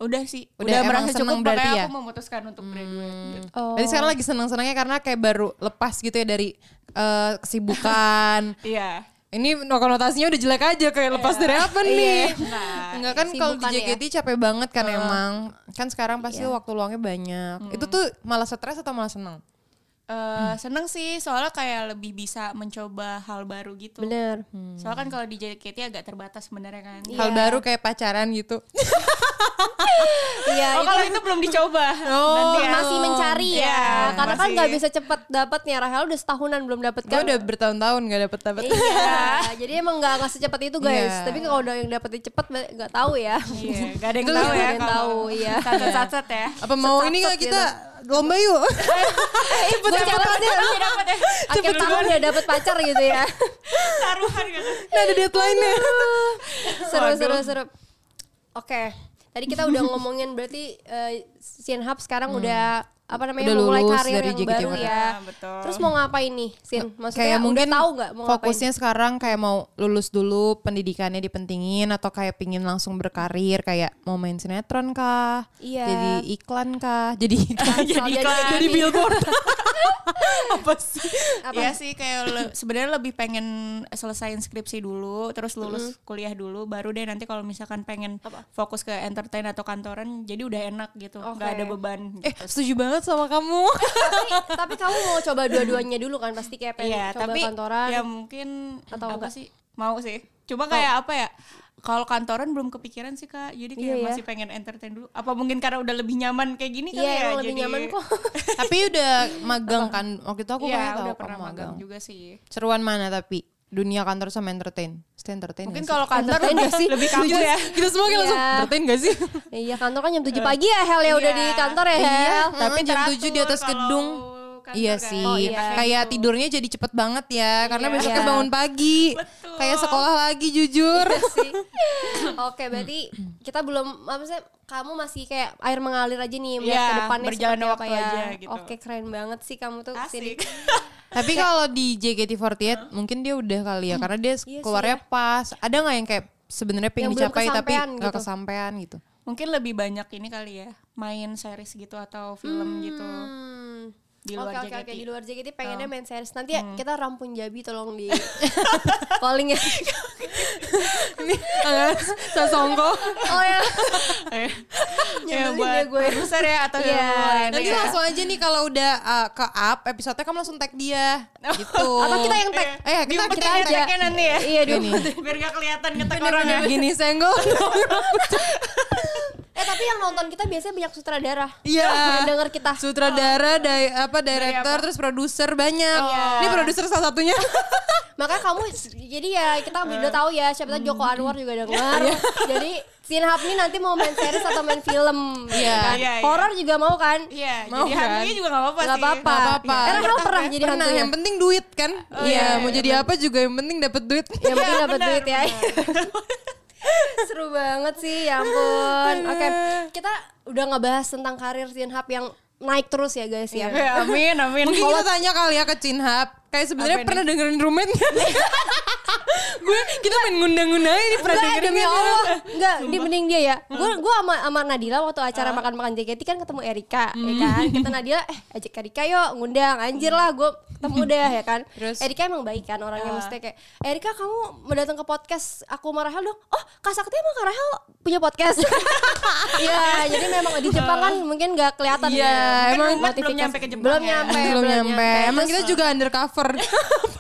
[SPEAKER 5] udah sih,
[SPEAKER 3] Udah
[SPEAKER 5] udah,
[SPEAKER 3] emang
[SPEAKER 5] merasa
[SPEAKER 3] seneng
[SPEAKER 5] cukup
[SPEAKER 3] berarti
[SPEAKER 5] makanya
[SPEAKER 3] ya?
[SPEAKER 5] aku memutuskan untuk graduate. gitu.
[SPEAKER 2] oh
[SPEAKER 3] Jadi sekarang lagi senang-senangnya karena kayak baru lepas gitu ya dari eh, kesibukan. Iya.
[SPEAKER 5] Iya.
[SPEAKER 6] ini no- konotasinya udah jelek aja kayak lepas dari apa nih?
[SPEAKER 5] Nah,
[SPEAKER 3] Enggak kan kalau di
[SPEAKER 2] Iya. Kesibukan ya. Iya.
[SPEAKER 3] JKT capek banget kan emang. Kan sekarang pasti waktu luangnya banyak. Itu tuh malah stres atau malah seneng?
[SPEAKER 5] Eh, seneng sih soalnya kayak lebih bisa mencoba hal baru gitu.
[SPEAKER 2] Bener.
[SPEAKER 5] Soalnya kan kalau di JKT agak terbatas sebenarnya kan.
[SPEAKER 3] Hal baru kayak pacaran gitu.
[SPEAKER 2] Iya,
[SPEAKER 5] Oh
[SPEAKER 2] itu
[SPEAKER 5] kalau itu belum dicoba.
[SPEAKER 2] Oh,
[SPEAKER 5] Nanti ya.
[SPEAKER 2] masih mencari ya.
[SPEAKER 5] Iya,
[SPEAKER 2] Karena kan
[SPEAKER 5] masih.
[SPEAKER 2] nggak bisa cepet dapatnya Rahel udah setahunan belum dapet
[SPEAKER 3] Gue
[SPEAKER 2] kan.
[SPEAKER 3] udah bertahun-tahun gak dapet dapet.
[SPEAKER 2] Iya, jadi emang nggak nggak secepat itu guys.
[SPEAKER 3] Iya.
[SPEAKER 2] Tapi kalau udah yang dapetin cepet ba- nggak tahu ya.
[SPEAKER 5] Iya, gak ada yang
[SPEAKER 2] Itu
[SPEAKER 5] tahu
[SPEAKER 2] nggak
[SPEAKER 5] ya.
[SPEAKER 2] ada yang
[SPEAKER 5] kalau-
[SPEAKER 2] tahu, iya.
[SPEAKER 5] Sacet-sacet ya.
[SPEAKER 3] Apa mau ini gak kita
[SPEAKER 2] gitu.
[SPEAKER 3] lomba yuk?
[SPEAKER 2] Cepet cepet ya.
[SPEAKER 5] Masih dapat ya.
[SPEAKER 2] Akhir tahun udah dapet pacar gitu ya.
[SPEAKER 5] Taruhan gitu.
[SPEAKER 3] Nah, ada deadline-nya.
[SPEAKER 2] seru seru seru. Oke, tadi kita udah ngomongin berarti eh, Sien Hub sekarang udah apa namanya
[SPEAKER 3] Udah
[SPEAKER 2] mulai
[SPEAKER 3] lulus
[SPEAKER 2] karir
[SPEAKER 3] dari
[SPEAKER 2] yang
[SPEAKER 3] JKT48.
[SPEAKER 2] baru ya.
[SPEAKER 5] Nah, betul.
[SPEAKER 2] Terus mau ngapain nih, Sin? Maksudnya
[SPEAKER 3] kayak
[SPEAKER 2] udah
[SPEAKER 3] mungkin
[SPEAKER 2] tahu nggak mau
[SPEAKER 3] fokusnya sekarang kayak mau lulus dulu pendidikannya dipentingin atau kayak pingin langsung berkarir kayak mau main sinetron kah
[SPEAKER 2] Iya.
[SPEAKER 3] jadi iklan kah jadi iklan.
[SPEAKER 2] ngapain? Soal
[SPEAKER 5] Jadi
[SPEAKER 2] jadi
[SPEAKER 5] iklan.
[SPEAKER 2] jadi Ya,
[SPEAKER 3] billboard
[SPEAKER 5] Iya sih kayak le- sebenarnya lebih pengen selesain skripsi dulu, terus lulus kuliah dulu, baru deh nanti kalau misalkan pengen fokus ke entertain atau kantoran, jadi udah enak gitu, nggak
[SPEAKER 2] Oke.
[SPEAKER 5] ada beban.
[SPEAKER 3] eh setuju banget sama kamu
[SPEAKER 2] tapi, tapi kamu mau coba dua-duanya dulu kan pasti kayak pengen
[SPEAKER 5] Iya,
[SPEAKER 2] coba
[SPEAKER 5] tapi
[SPEAKER 2] kantoran.
[SPEAKER 5] ya mungkin
[SPEAKER 2] Atau
[SPEAKER 5] atau apa
[SPEAKER 2] enggak?
[SPEAKER 5] sih? Mau sih. Cuma kayak apa ya? Kalau kantoran belum kepikiran sih kak, jadi kayak
[SPEAKER 2] Iya, ya.
[SPEAKER 5] masih pengen entertain dulu. Apa mungkin karena udah lebih nyaman kayak gini
[SPEAKER 2] Iya,
[SPEAKER 5] kali ya?
[SPEAKER 2] emang lebih
[SPEAKER 5] jadi-
[SPEAKER 2] nyaman kok.
[SPEAKER 3] tapi udah magang kan waktu itu aku
[SPEAKER 5] Iya,
[SPEAKER 3] kayak tahu
[SPEAKER 5] udah
[SPEAKER 3] kamu
[SPEAKER 5] pernah
[SPEAKER 3] magang
[SPEAKER 5] magang juga sih.
[SPEAKER 3] seruan mana tapi dunia kantor sama entertain stay entertain
[SPEAKER 5] Mungkin
[SPEAKER 3] gak
[SPEAKER 5] kalau kantor
[SPEAKER 2] Entertain
[SPEAKER 5] lebih,
[SPEAKER 2] gak sih?
[SPEAKER 5] lebih kaku ya.
[SPEAKER 3] kita semua kayak langsung
[SPEAKER 2] Iya.
[SPEAKER 3] entertain gak sih
[SPEAKER 2] iya, kantor kan jam 7 pagi ya, Hel ya udah
[SPEAKER 5] Iya.
[SPEAKER 2] di kantor ya, Hel.
[SPEAKER 3] Mm, tapi jam
[SPEAKER 5] teratur
[SPEAKER 3] 7 di atas
[SPEAKER 5] kalau
[SPEAKER 3] gedung
[SPEAKER 5] kantor
[SPEAKER 3] Iya
[SPEAKER 5] kan.
[SPEAKER 3] sih,
[SPEAKER 5] Oh, iya.
[SPEAKER 3] kayak tidurnya jadi cepet banget ya, karena
[SPEAKER 5] Iya.
[SPEAKER 3] besoknya
[SPEAKER 2] Iya.
[SPEAKER 3] bangun pagi,
[SPEAKER 5] Betul.
[SPEAKER 3] kayak sekolah lagi jujur.
[SPEAKER 2] Iya sih. Oke, berarti kita belum apa sih? Kamu masih kayak air mengalir aja nih melihat
[SPEAKER 5] Iya,
[SPEAKER 2] ke depannya
[SPEAKER 5] berjalannya
[SPEAKER 2] seperti apa ya.
[SPEAKER 5] waktu aja gitu.
[SPEAKER 2] Oke, keren banget sih kamu tuh kesini.
[SPEAKER 5] Asik.
[SPEAKER 3] Tapi kalau di JKT48 mungkin dia udah kali ya, karena dia
[SPEAKER 2] sih
[SPEAKER 3] keluarnya pas. Ada nggak yang kayak sebenarnya pengen
[SPEAKER 2] Yang belum
[SPEAKER 3] dicapai tapi
[SPEAKER 2] kesampaian
[SPEAKER 3] nggak
[SPEAKER 2] gitu.
[SPEAKER 3] kesampaian gitu?
[SPEAKER 5] Mungkin lebih banyak ini kali ya, main series gitu atau film gitu.
[SPEAKER 2] Hmm.
[SPEAKER 5] Di luar Hmm.
[SPEAKER 2] oke, oke,
[SPEAKER 5] JKT.
[SPEAKER 2] oke, di luar JKT pengennya main series. Nanti ya kita rampun Jabi tolong di calling ya.
[SPEAKER 3] Sasongko.
[SPEAKER 2] Oh ya.
[SPEAKER 5] Eh, ya
[SPEAKER 2] Nyebelin deh
[SPEAKER 5] buat
[SPEAKER 2] gue.
[SPEAKER 5] produser ya atau
[SPEAKER 2] Iya,
[SPEAKER 5] yang lain
[SPEAKER 3] Nanti
[SPEAKER 5] ya.
[SPEAKER 3] langsung aja nih kalau udah uh, ke up episode kamu langsung tag dia gitu.
[SPEAKER 2] Atau kita yang tag.
[SPEAKER 3] Eh, kita,
[SPEAKER 5] Diumpetin
[SPEAKER 3] kita
[SPEAKER 5] ya
[SPEAKER 3] aja.
[SPEAKER 5] tag-nya nanti ya.
[SPEAKER 2] Iya, dong.
[SPEAKER 3] Gini.
[SPEAKER 5] Biar gak kelihatan ya. ngetek
[SPEAKER 3] Orang
[SPEAKER 5] orangnya.
[SPEAKER 3] Gini senggol.
[SPEAKER 2] Eh tapi yang nonton kita biasanya banyak sutradara.
[SPEAKER 3] Iya.
[SPEAKER 2] Yang denger kita. Ah.
[SPEAKER 3] Sutradara, dai- apa director, terus produser banyak.
[SPEAKER 2] Iya.
[SPEAKER 3] Ini produser salah satunya.
[SPEAKER 2] Makanya kamu jadi ya kita
[SPEAKER 5] Eh.
[SPEAKER 2] udah tahu ya siapa tahu Joko
[SPEAKER 5] Hmm.
[SPEAKER 2] Anwar juga denger.
[SPEAKER 5] Iya.
[SPEAKER 2] jadi Sinhab nih nanti mau main series atau main film.
[SPEAKER 3] Iya,
[SPEAKER 2] ya kan?
[SPEAKER 5] iya, iya.
[SPEAKER 2] Horor juga mau kan?
[SPEAKER 5] Iya,
[SPEAKER 3] Mau
[SPEAKER 5] jadi
[SPEAKER 3] kan?
[SPEAKER 5] hantunya juga gak apa-apa
[SPEAKER 2] Gak
[SPEAKER 5] sih. Iya.
[SPEAKER 2] apa-apa.
[SPEAKER 3] Nggak apa-apa. Iya.
[SPEAKER 2] Karena kamu pernah jadi
[SPEAKER 3] Pernah,
[SPEAKER 2] hantunya.
[SPEAKER 3] yang penting duit kan.
[SPEAKER 5] Oh, iya,
[SPEAKER 3] iya, mau
[SPEAKER 5] iya,
[SPEAKER 3] jadi apa juga yang penting dapat duit.
[SPEAKER 2] Yang penting
[SPEAKER 5] Iya,
[SPEAKER 2] dapat
[SPEAKER 5] benar,
[SPEAKER 2] duit ya. Seru banget sih, ya ampun. Oke,
[SPEAKER 5] Iya.
[SPEAKER 2] kita udah ngebahas tentang karir Sinhab yang naik terus ya guys ya.
[SPEAKER 5] Ya, amin, amin.
[SPEAKER 3] Mungkin kita tanya kali ya ke Cinhap. Kayak sebenarnya pernah dengerin roommate nggak? Gue kita main ngundang-ngundang ini pernah
[SPEAKER 2] Enggak,
[SPEAKER 3] dengerin
[SPEAKER 2] demi
[SPEAKER 3] nggak?
[SPEAKER 2] Allah. Enggak, di mending dia ya. Gue gua sama sama Nadila waktu
[SPEAKER 3] Ah.
[SPEAKER 2] acara makan-makan JKT kan ketemu Erika, ya
[SPEAKER 3] Hmm.
[SPEAKER 2] kan? Kita Nadila eh ajak Erika yuk, ngundang. Anjir lah gue ketemu deh ya kan.
[SPEAKER 3] Terus? Ah.
[SPEAKER 2] Erika emang baik kan orangnya maksudnya kayak Erika kamu mau datang ke podcast aku sama Rahel dong. Oh, Kak Sakti emang Kak Rahel punya podcast. Iya, jadi memang di Jepang kan mungkin gak kelihatan
[SPEAKER 3] Ah.
[SPEAKER 2] ya. Kan
[SPEAKER 3] Iya, emang
[SPEAKER 5] rumah belum
[SPEAKER 2] notifikasi.
[SPEAKER 5] nyampe ke Jepang
[SPEAKER 2] Belum
[SPEAKER 5] ya.
[SPEAKER 2] nyampe,
[SPEAKER 3] Belum nyampe. Emang
[SPEAKER 2] Terus-
[SPEAKER 3] kita juga undercover.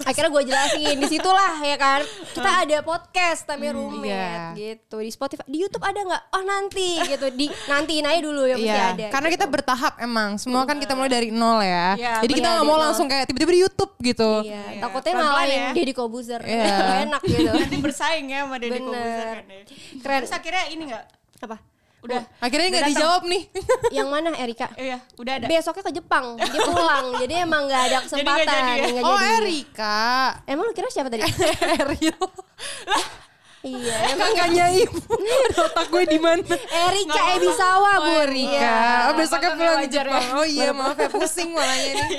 [SPEAKER 2] akhirnya gue jelasin disitulah ya kan kita ada podcast namanya roommate
[SPEAKER 3] iya.
[SPEAKER 2] gitu di Spotify di YouTube ada nggak oh nanti gitu di nantiin aja dulu yang pasti ada
[SPEAKER 3] Iya.
[SPEAKER 2] gitu.
[SPEAKER 3] karena kita bertahap emang. Semua kan kita mulai dari nol ya.
[SPEAKER 5] Iya,
[SPEAKER 3] Jadi kita
[SPEAKER 2] benar,
[SPEAKER 3] nggak
[SPEAKER 2] dari
[SPEAKER 3] mau
[SPEAKER 2] nol.
[SPEAKER 3] langsung kayak tiba-tiba di YouTube gitu.
[SPEAKER 2] iya takutnya
[SPEAKER 5] Pelan-pelan
[SPEAKER 2] malah
[SPEAKER 5] ya.
[SPEAKER 2] yang Deddy Kobuzer
[SPEAKER 3] Iya.
[SPEAKER 2] Nggak enak gitu
[SPEAKER 5] Nanti bersaing ya sama Deddy
[SPEAKER 2] Bener.
[SPEAKER 5] Kobuzer kan ya.
[SPEAKER 2] Keren.
[SPEAKER 5] Terus akhirnya ini gak?
[SPEAKER 2] apa
[SPEAKER 5] Udah.
[SPEAKER 3] Oh, Akhirnya nggak
[SPEAKER 5] Udah datang.
[SPEAKER 3] dijawab nih. Oh,
[SPEAKER 2] yang mana Erika
[SPEAKER 5] Iya, udah ada.
[SPEAKER 2] besoknya ke Jepang dia pulang jadi emang nggak ada
[SPEAKER 5] Jadi nggak
[SPEAKER 2] kesempatan
[SPEAKER 5] jadi ya?
[SPEAKER 2] nggak
[SPEAKER 3] oh
[SPEAKER 2] jadi.
[SPEAKER 3] Erika.
[SPEAKER 2] emang lu kira siapa tadi
[SPEAKER 3] Eril.
[SPEAKER 2] iya emang
[SPEAKER 3] Kakaknya ibu. Aduh, Otak gue di mana?
[SPEAKER 2] Erika Ebisawa
[SPEAKER 3] Oh,
[SPEAKER 2] bun
[SPEAKER 3] Erika.
[SPEAKER 2] Iya.
[SPEAKER 3] Oh, besoknya
[SPEAKER 5] Apa-apa
[SPEAKER 3] pulang ke
[SPEAKER 5] wajar ya?
[SPEAKER 3] Jepang. Oh iya, maaf ya pusing malahnya nih.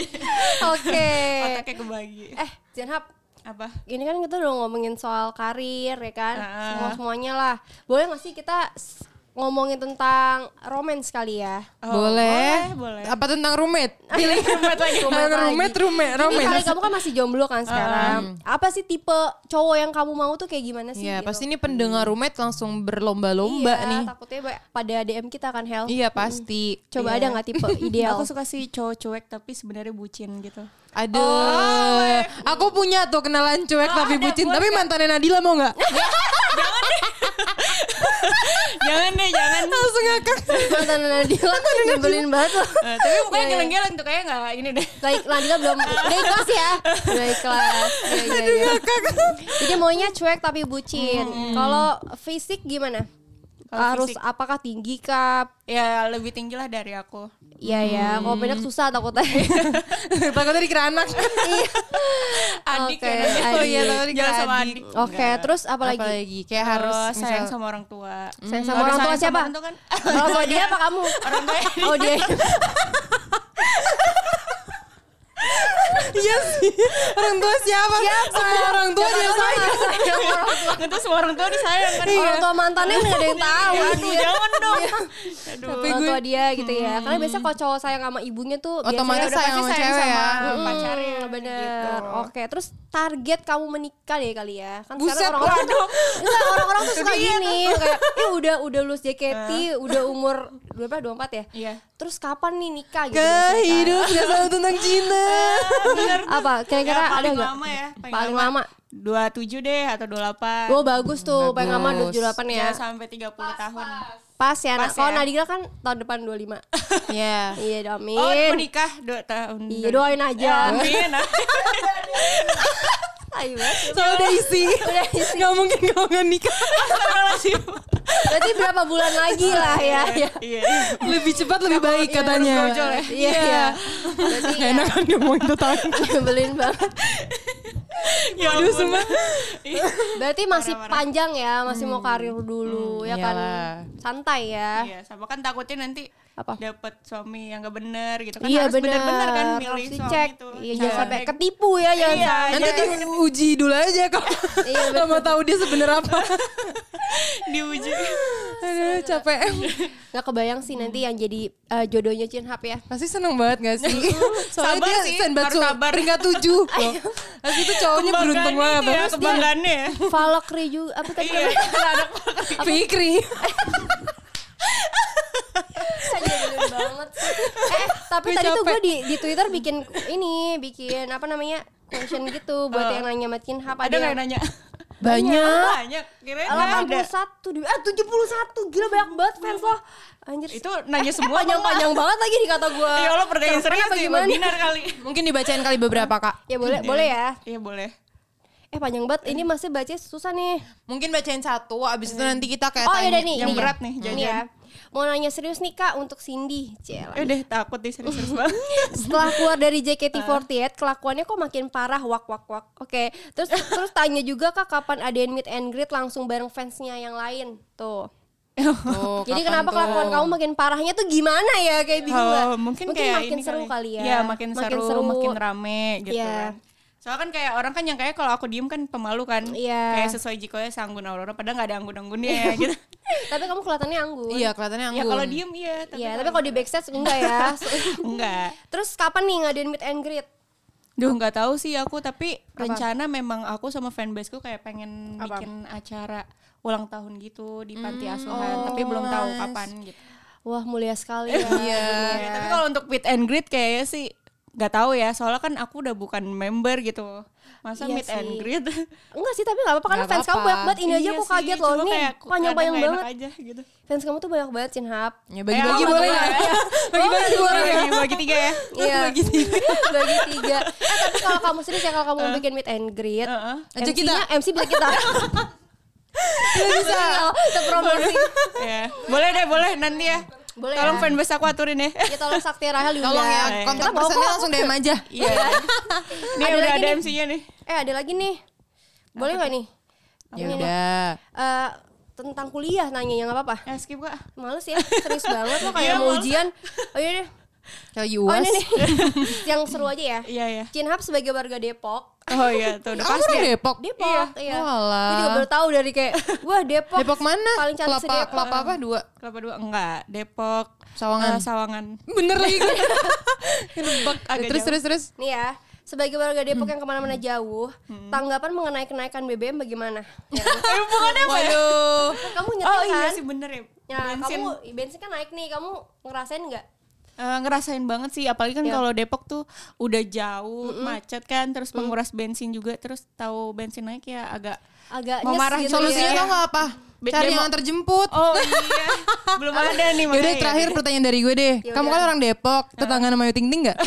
[SPEAKER 2] oke
[SPEAKER 5] Otaknya kebagi.
[SPEAKER 2] eh Jenhab
[SPEAKER 5] Apa?
[SPEAKER 2] ini kan kita udah ngomongin soal karir ya kan
[SPEAKER 5] Heeh.
[SPEAKER 2] semua semuanya lah boleh nggak sih kita s- ngomongin tentang romance kali ya.
[SPEAKER 3] Oh, boleh. Iya,
[SPEAKER 5] boleh, boleh.
[SPEAKER 3] Apa tentang roommate?
[SPEAKER 5] Pilih tempat lagi.
[SPEAKER 3] Roommate,
[SPEAKER 2] lagi.
[SPEAKER 3] roommate, roommate,
[SPEAKER 2] Ini
[SPEAKER 3] roommate.
[SPEAKER 2] kali kamu kan masih jomblo kan sekarang. Apa sih tipe cowok yang kamu mau tuh kayak gimana sih?
[SPEAKER 3] Iya,
[SPEAKER 2] gitu?
[SPEAKER 3] pasti ini pendengar roommate langsung berlomba-lomba
[SPEAKER 2] Iya,
[SPEAKER 3] nih.
[SPEAKER 2] takutnya ba- pada DM kita kan Hel.
[SPEAKER 3] Iya, pasti.
[SPEAKER 2] Coba ada nggak tipe ideal?
[SPEAKER 5] Iya. Aku suka sih cowok cuek tapi sebenarnya bucin gitu.
[SPEAKER 3] Aduh, aku punya tuh kenalan cuek tapi
[SPEAKER 5] ada,
[SPEAKER 3] bucin,
[SPEAKER 5] boleh
[SPEAKER 3] tapi mantannya Nadila mau nggak?
[SPEAKER 5] jangan deh, jangan.
[SPEAKER 3] Langsung ngakak.
[SPEAKER 2] Mantan Nadila tuh nyebelin banget loh. Iya,
[SPEAKER 5] Eh, tapi mukanya geleng-geleng tuh kayak nggak ini deh.
[SPEAKER 2] Like Nadila belum udah ikhlas ya. Udah ikhlas. Iya, iya, iya. Jadi maunya cuek tapi bucin. Kalau fisik gimana?
[SPEAKER 5] Kalau
[SPEAKER 2] Harus
[SPEAKER 5] fisik.
[SPEAKER 2] apakah tinggi kah?
[SPEAKER 5] Ya lebih tinggi lah dari aku.
[SPEAKER 2] Iya ya, kalau pendek susah takutnya.
[SPEAKER 3] Takutnya dikira anak.
[SPEAKER 2] Iya.
[SPEAKER 5] Adik
[SPEAKER 2] Oke,
[SPEAKER 5] ya. namanya.
[SPEAKER 2] adik.
[SPEAKER 5] Oh iya, takutnya
[SPEAKER 3] Jangan
[SPEAKER 5] sama
[SPEAKER 3] adik.
[SPEAKER 5] adik.
[SPEAKER 2] Oke, terus apa lagi?
[SPEAKER 3] Apalagi Oh, kayak harus
[SPEAKER 5] Harus Oh, sayang
[SPEAKER 3] misal-
[SPEAKER 5] sama orang tua.
[SPEAKER 2] Sayang sama
[SPEAKER 5] Kalau
[SPEAKER 2] orang tua
[SPEAKER 5] sayang
[SPEAKER 2] siapa?
[SPEAKER 5] sama Hmm. orang tua kan-
[SPEAKER 2] Orang tua dia apa kamu?
[SPEAKER 5] Orang tua ya.
[SPEAKER 2] Oh dia.
[SPEAKER 3] Iya sih. Orang tua siapa? Semua orang tua dia sayang.
[SPEAKER 5] Itu semua orang tua disayang kan.
[SPEAKER 2] Orang tua mantannya nggak ada yang tahu. ya. Iya.
[SPEAKER 5] Aduh, jangan dong. Aduh.
[SPEAKER 2] Orang tua dia gitu ya. Karena biasanya kalau cowok sayang sama ibunya tuh biasanya
[SPEAKER 3] Otomatis
[SPEAKER 2] udah
[SPEAKER 3] sayang
[SPEAKER 5] pasti
[SPEAKER 3] sama
[SPEAKER 5] sayang
[SPEAKER 3] cewek ya.
[SPEAKER 5] sama pacarnya.
[SPEAKER 2] Hmm,
[SPEAKER 5] gitu.
[SPEAKER 2] Bener. Oke, terus target kamu menikah deh kali ya. Kan
[SPEAKER 3] Buset,
[SPEAKER 2] sekarang orang-orang tuh,
[SPEAKER 3] waduh.
[SPEAKER 2] Enggak, orang-orang tuh suka gini kayak eh udah udah lulus JKT, udah umur berapa? 24 ya?
[SPEAKER 5] Iya.
[SPEAKER 2] Terus kapan nih nikah gitu? biasanya kan?
[SPEAKER 3] Kehidupan gak selalu tentang cinta.
[SPEAKER 5] Bener tuh.
[SPEAKER 2] Apa? Kira-kira
[SPEAKER 5] Ya,
[SPEAKER 2] ada
[SPEAKER 5] paling
[SPEAKER 2] nggak?
[SPEAKER 5] lama ya, paling
[SPEAKER 2] Paling lama.
[SPEAKER 5] lama. 27 deh atau 28.
[SPEAKER 2] Oh bagus tuh, pengen lama 28 ya.
[SPEAKER 5] Jangan sampai 30 tahun.
[SPEAKER 2] Pas ya, nah,
[SPEAKER 5] Pas
[SPEAKER 2] kalau
[SPEAKER 5] ya.
[SPEAKER 2] Nadira kan tahun depan 25
[SPEAKER 3] Iya.
[SPEAKER 2] Iya doain
[SPEAKER 5] Oh, menikah 2 tahun.
[SPEAKER 2] Iya doain aja
[SPEAKER 5] Amin.
[SPEAKER 2] Ayo banget.
[SPEAKER 3] Soalnya udah isi.
[SPEAKER 2] Udah isi.
[SPEAKER 3] Gak mungkin kalau gak nikah.
[SPEAKER 2] Berarti berapa bulan lagi lah ya Iya
[SPEAKER 5] Iya.
[SPEAKER 3] Lebih cepat lebih baik katanya.
[SPEAKER 5] gojol ya.
[SPEAKER 2] Iya iya. Berarti iya,
[SPEAKER 3] Gak enak kan ngomongin tentang
[SPEAKER 2] Nyebelin banget
[SPEAKER 5] Ya ampun. Iya.
[SPEAKER 2] Berarti masih
[SPEAKER 5] Parah, parah.
[SPEAKER 2] panjang ya Masih mau karir dulu Ya kan
[SPEAKER 3] iyalah.
[SPEAKER 2] Santai ya
[SPEAKER 5] Iya, sama kan takutnya nanti
[SPEAKER 2] Apa?
[SPEAKER 5] dapat suami yang gak bener gitu kan
[SPEAKER 2] Iya
[SPEAKER 5] harus
[SPEAKER 2] bener
[SPEAKER 5] bener-bener kan milih
[SPEAKER 2] Harus
[SPEAKER 5] suami
[SPEAKER 2] dicek
[SPEAKER 5] itu.
[SPEAKER 2] Iya jangan sampai
[SPEAKER 5] Cantik.
[SPEAKER 2] ketipu ya Jangan
[SPEAKER 5] Iya,
[SPEAKER 2] sampai
[SPEAKER 3] Nanti
[SPEAKER 5] Iya.
[SPEAKER 3] diuji dulu aja kalau
[SPEAKER 2] Iya,
[SPEAKER 3] Gak mau tahu dia sebenernya apa.
[SPEAKER 5] diuji.
[SPEAKER 3] Aduh capek.
[SPEAKER 2] Gak kebayang sih nanti
[SPEAKER 5] Hmm.
[SPEAKER 2] yang jadi eh, jodohnya Chin Hap ya
[SPEAKER 3] Pasti seneng banget gak sih? Soalnya
[SPEAKER 5] Sabar
[SPEAKER 3] dia
[SPEAKER 5] sih,
[SPEAKER 3] senbatsu
[SPEAKER 5] harus sabar.
[SPEAKER 3] peringkat tujuh. loh. Pasti itu
[SPEAKER 2] gitu
[SPEAKER 3] cowoknya beruntung
[SPEAKER 5] Kebanggaannya
[SPEAKER 3] banget.
[SPEAKER 5] itu ya,
[SPEAKER 3] Terus dia-
[SPEAKER 5] kebanggaannya ya.
[SPEAKER 2] Valkyrie juga Apa tadi
[SPEAKER 5] Iya,
[SPEAKER 2] namanya?
[SPEAKER 5] anak
[SPEAKER 3] Fikri.
[SPEAKER 2] Nyebelin banget sih. Eh, tapi
[SPEAKER 3] Gue
[SPEAKER 2] tadi tuh
[SPEAKER 3] capek.
[SPEAKER 2] gue di, di Twitter bikin ini, bikin apa namanya? question gitu buat yang nanya makin apa
[SPEAKER 5] Ada nggak yang nanya?
[SPEAKER 2] Iya.
[SPEAKER 3] Banyak.
[SPEAKER 5] Banyak, kirain nggak ada.
[SPEAKER 2] 81 di- eh 71 gila banyak banget fans loh. Anjir.
[SPEAKER 5] Itu
[SPEAKER 2] Eh,
[SPEAKER 5] nanya semua apa
[SPEAKER 2] panjang-panjang banget lagi di kata gue.
[SPEAKER 5] Ya Allah, pertanyaan serius
[SPEAKER 2] apa
[SPEAKER 5] sih,
[SPEAKER 2] gimana?
[SPEAKER 5] webinar kali.
[SPEAKER 3] Mungkin dibacain kali beberapa kak.
[SPEAKER 2] Ya boleh, boleh ya.
[SPEAKER 5] Iya, boleh.
[SPEAKER 2] Eh panjang banget. Ini masih baca susah nih.
[SPEAKER 3] Mungkin bacain satu, abis itu nanti kita kayak
[SPEAKER 2] Oh
[SPEAKER 3] tanya.
[SPEAKER 2] ya nih,
[SPEAKER 5] Yang
[SPEAKER 2] ini ya.
[SPEAKER 5] berat nih,
[SPEAKER 2] Ini ya. Mau nanya serius nih Kak untuk Cindy. Cela.
[SPEAKER 5] Eh deh, takut nih serius-serius banget.
[SPEAKER 2] Setelah keluar dari JKT48, kelakuannya kok makin parah wak wak wak. Oke, terus terus tanya juga kak kapan ada yang meet and greet langsung bareng fansnya yang lain tuh.
[SPEAKER 5] Oh,
[SPEAKER 3] Tuh,
[SPEAKER 2] Jadi
[SPEAKER 3] kapan
[SPEAKER 2] kenapa
[SPEAKER 3] tuh?
[SPEAKER 2] kelakuan kamu makin parahnya tuh gimana ya kayak bingung
[SPEAKER 5] Oh,
[SPEAKER 2] gak?
[SPEAKER 5] mungkin, kayak
[SPEAKER 2] makin
[SPEAKER 5] ini
[SPEAKER 2] seru kali, ya.
[SPEAKER 5] Iya, makin, seru, makin rame gitu
[SPEAKER 2] Iya.
[SPEAKER 5] kan. Soalnya kan kayak orang kan yang kayak kalau aku diem kan pemalu kan.
[SPEAKER 2] Iya.
[SPEAKER 5] Kayak sesuai jikonya sanggun aurora padahal nggak ada anggun-anggunnya gitu.
[SPEAKER 2] Tapi kamu kelihatannya anggun.
[SPEAKER 3] Iya kelihatannya anggun.
[SPEAKER 5] ya kalau diem iya, tapi
[SPEAKER 2] Iya, tapi kalau di backstage enggak ya.
[SPEAKER 5] enggak.
[SPEAKER 2] terus kapan nih ngadain meet and greet?
[SPEAKER 5] Duh nggak tahu sih aku tapi rencana memang aku sama fanbaseku kayak pengen bikin acara ulang tahun gitu di
[SPEAKER 2] Hmm.
[SPEAKER 5] panti asuhan tapi belum
[SPEAKER 2] Oh,
[SPEAKER 5] tahu kapan gitu.
[SPEAKER 2] Wah, mulia sekali ya.
[SPEAKER 5] Iya, tapi kalau untuk meet and greet kayaknya sih nggak tahu ya soalnya kan aku udah bukan member gitu. Masa
[SPEAKER 2] Iya
[SPEAKER 5] meet and
[SPEAKER 2] sih.
[SPEAKER 5] greet?
[SPEAKER 2] Enggak sih, tapi gak apa-apa karena
[SPEAKER 3] Nggak
[SPEAKER 2] fans kamu
[SPEAKER 3] apa-apa.
[SPEAKER 2] banyak banget. Ini aja
[SPEAKER 5] Iya
[SPEAKER 2] aku
[SPEAKER 5] sih,
[SPEAKER 2] kaget loh.
[SPEAKER 5] cuma
[SPEAKER 2] Ini
[SPEAKER 5] kayak kadang
[SPEAKER 2] panjang-panjang
[SPEAKER 5] nggak enak
[SPEAKER 2] banget.
[SPEAKER 5] aja gitu.
[SPEAKER 2] Fans kamu tuh banyak banget, Oh, Sinhap.
[SPEAKER 3] Ya bagi-bagi
[SPEAKER 5] Eh, apa
[SPEAKER 3] boleh
[SPEAKER 5] tuh,
[SPEAKER 3] ya. Bagi-bagi
[SPEAKER 5] Bagi-
[SPEAKER 3] boleh ya.
[SPEAKER 5] bagi, Iya, bagi tiga ya.
[SPEAKER 2] Iya. Bagi tiga. Bagi tiga. Eh, tapi kalau kamu sendiri ya kalau kamu
[SPEAKER 5] Eh.
[SPEAKER 2] mau bikin meet and greet,
[SPEAKER 5] Heeh.
[SPEAKER 3] Ajak kita.
[SPEAKER 2] MC-nya MC bisa kita.
[SPEAKER 3] Kita bisa.
[SPEAKER 2] Oh, Untuk promosi.
[SPEAKER 5] Ya. Boleh deh, boleh nanti ya.
[SPEAKER 2] Boleh
[SPEAKER 5] Tolong
[SPEAKER 2] ya.
[SPEAKER 5] fanbase aku aturin ya.
[SPEAKER 2] Ya tolong Sakti Rahel diundang.
[SPEAKER 3] Tolong ya,
[SPEAKER 5] Iya.
[SPEAKER 3] kontak
[SPEAKER 2] Kita mau
[SPEAKER 3] personnya
[SPEAKER 2] kok.
[SPEAKER 3] langsung DM aja.
[SPEAKER 5] Iya. Ini
[SPEAKER 2] Ada
[SPEAKER 5] udah
[SPEAKER 2] lagi
[SPEAKER 5] ada
[SPEAKER 2] nih.
[SPEAKER 5] MC-nya nih.
[SPEAKER 2] Eh, ada lagi nih. Boleh nggak nih?
[SPEAKER 3] Ya
[SPEAKER 2] Ini nih.
[SPEAKER 3] udah.
[SPEAKER 2] Eh, tentang kuliah nanya yang apa-apa.
[SPEAKER 5] Ya skip kok.
[SPEAKER 2] Males ya, serius banget lo
[SPEAKER 5] Iya,
[SPEAKER 2] kayak mau
[SPEAKER 5] males.
[SPEAKER 2] ujian. Oh iya deh.
[SPEAKER 3] Tell you
[SPEAKER 2] Oh
[SPEAKER 3] what.
[SPEAKER 2] ini nih Yang seru aja ya
[SPEAKER 5] Iya ya.
[SPEAKER 2] Cinhab sebagai warga Depok
[SPEAKER 5] Oh iya, tuh udah
[SPEAKER 7] Kamu
[SPEAKER 5] pasti.
[SPEAKER 7] orang Depok?
[SPEAKER 2] Depok iya,
[SPEAKER 3] Walah.
[SPEAKER 2] Gue juga baru tahu dari kayak Wah Depok
[SPEAKER 3] Depok mana?
[SPEAKER 2] Paling cantik Eh.
[SPEAKER 3] kelapa,
[SPEAKER 2] se-Depok.
[SPEAKER 3] kelapa apa dua?
[SPEAKER 5] Kelapa dua enggak, Depok,
[SPEAKER 3] Sawangan.
[SPEAKER 5] eh, Sawangan.
[SPEAKER 7] Bener
[SPEAKER 2] Iya.
[SPEAKER 7] lagi gue.
[SPEAKER 5] Agak
[SPEAKER 3] terus
[SPEAKER 5] jauh.
[SPEAKER 3] terus terus.
[SPEAKER 2] Nih ya sebagai warga Depok yang kemana-mana jauh,
[SPEAKER 5] Hmm.
[SPEAKER 2] tanggapan mengenai kenaikan BBM bagaimana? Ya kan?
[SPEAKER 5] Eh, bukannya apa ya?
[SPEAKER 3] Waduh.
[SPEAKER 2] kamu nyetir
[SPEAKER 5] Oh
[SPEAKER 2] kan?
[SPEAKER 5] iya sih bener ya.
[SPEAKER 2] Ya,
[SPEAKER 5] Bensin.
[SPEAKER 2] kamu bensin kan naik nih, kamu ngerasain nggak?
[SPEAKER 5] Eh, ngerasain banget sih apalagi kan kalau Depok tuh udah jauh macet kan terus menguras bensin juga terus tahu bensin naik ya agak
[SPEAKER 2] Agak
[SPEAKER 5] Mau
[SPEAKER 2] nyes
[SPEAKER 5] marah,
[SPEAKER 2] gitu
[SPEAKER 3] Solusinya
[SPEAKER 2] ya.
[SPEAKER 3] tau gak apa?
[SPEAKER 5] Be-
[SPEAKER 3] Cari
[SPEAKER 5] demo.
[SPEAKER 3] yang antar jemput.
[SPEAKER 5] oh iya belum ada nih
[SPEAKER 3] Yaudah
[SPEAKER 2] ya?
[SPEAKER 3] terakhir pertanyaan dari gue deh.
[SPEAKER 2] Yaudah.
[SPEAKER 3] Kamu kan orang Depok, tetangga nama Ayu Ting Ting gak?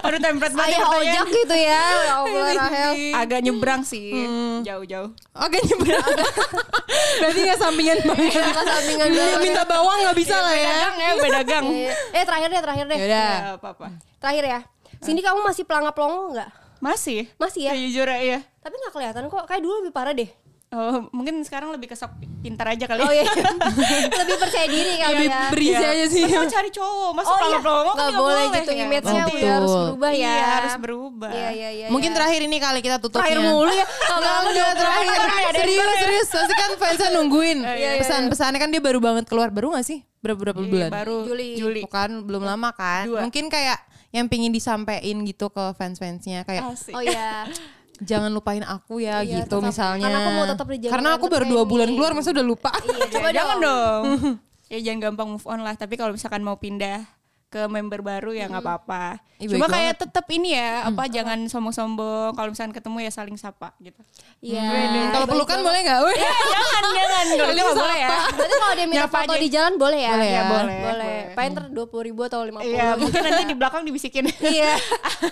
[SPEAKER 5] baru template banget
[SPEAKER 2] Ayah
[SPEAKER 5] pertanyaan.
[SPEAKER 2] ojek gitu ya, ya Allah Rahel.
[SPEAKER 5] agak nyebrang sih jauh-jauh
[SPEAKER 3] Oke nyebrang.
[SPEAKER 7] Berarti gak sampingan banget.
[SPEAKER 2] Nggak sampingan banget.
[SPEAKER 7] Minta bawang gak bisa lah ya.
[SPEAKER 5] gang ya beda gang
[SPEAKER 2] Iya. Eh terakhir deh, terakhir deh.
[SPEAKER 3] Yaudah.
[SPEAKER 5] Nggak apa-apa
[SPEAKER 2] Terakhir ya. Cindy kamu masih pelangap pelongo nggak?
[SPEAKER 5] masih
[SPEAKER 2] Masih ya?
[SPEAKER 5] sejujurnya ya
[SPEAKER 2] Tapi nggak kelihatan kok. Kayak dulu lebih parah deh.
[SPEAKER 5] oh, mungkin sekarang lebih kesep pintar aja kali
[SPEAKER 2] Oh iya. lebih percaya diri kali
[SPEAKER 7] Lebih
[SPEAKER 2] ya.
[SPEAKER 7] berisi aja sih.
[SPEAKER 5] Masa mau cari cowok masa
[SPEAKER 2] Oh iya,
[SPEAKER 5] pelangap pelongo kan
[SPEAKER 2] nggak
[SPEAKER 5] nggak
[SPEAKER 2] boleh gitu
[SPEAKER 5] ya.
[SPEAKER 2] image-nya
[SPEAKER 3] Betul.
[SPEAKER 2] udah harus berubah ya.
[SPEAKER 5] Iya, harus berubah.
[SPEAKER 2] Iya iya iya.
[SPEAKER 3] Mungkin
[SPEAKER 2] iya.
[SPEAKER 3] terakhir ini kali kita tutupnya.
[SPEAKER 2] Terakhir mulu ya.
[SPEAKER 3] Enggak,
[SPEAKER 2] Kalau
[SPEAKER 3] enggak, terakhir. Serius, serius. Pasti kan fansnya nungguin.
[SPEAKER 5] iya, iya.
[SPEAKER 3] Pesan-pesannya kan dia baru banget keluar. Baru gak sih? Berapa, berapa
[SPEAKER 5] Iya,
[SPEAKER 3] bulan?
[SPEAKER 5] baru
[SPEAKER 2] Juli.
[SPEAKER 5] Juli.
[SPEAKER 3] Bukan, belum lama kan.
[SPEAKER 5] Dua.
[SPEAKER 3] Mungkin kayak yang pingin disampaikan gitu ke fans-fansnya. Kayak
[SPEAKER 5] Asik.
[SPEAKER 2] Oh iya.
[SPEAKER 3] jangan lupain aku ya
[SPEAKER 2] Iya,
[SPEAKER 3] gitu
[SPEAKER 2] tetap-
[SPEAKER 3] misalnya.
[SPEAKER 2] karena aku mau tetap dijaga
[SPEAKER 3] Karena aku baru dua
[SPEAKER 2] entertaining.
[SPEAKER 3] bulan keluar masa udah lupa.
[SPEAKER 2] Iya, coba
[SPEAKER 5] jangan
[SPEAKER 2] dong.
[SPEAKER 5] dong. ya jangan gampang move on lah. Tapi kalau misalkan mau pindah ke member baru ya nggak apa-apa.
[SPEAKER 3] Ih, baik
[SPEAKER 5] Cuma
[SPEAKER 3] Mm.
[SPEAKER 5] kayak tetap ini ya, apa jangan sombong-sombong. Kalau misalkan ketemu ya saling sapa gitu.
[SPEAKER 2] Iya.
[SPEAKER 3] Hmm, Kalau
[SPEAKER 2] Baik
[SPEAKER 3] pelukan
[SPEAKER 2] banget. Iya.
[SPEAKER 3] boleh gak?
[SPEAKER 5] jangan, jangan. Kalau itu nggak boleh ya.
[SPEAKER 2] Berarti kalau dia minta
[SPEAKER 5] Nyapa
[SPEAKER 2] foto
[SPEAKER 5] aja.
[SPEAKER 2] di jalan boleh ya?
[SPEAKER 3] Boleh ya.
[SPEAKER 2] boleh.
[SPEAKER 5] Boleh.
[SPEAKER 2] Paling ntar dua puluh ribu atau lima puluh.
[SPEAKER 5] Iya, mungkin nanti di belakang dibisikin.
[SPEAKER 2] Iya.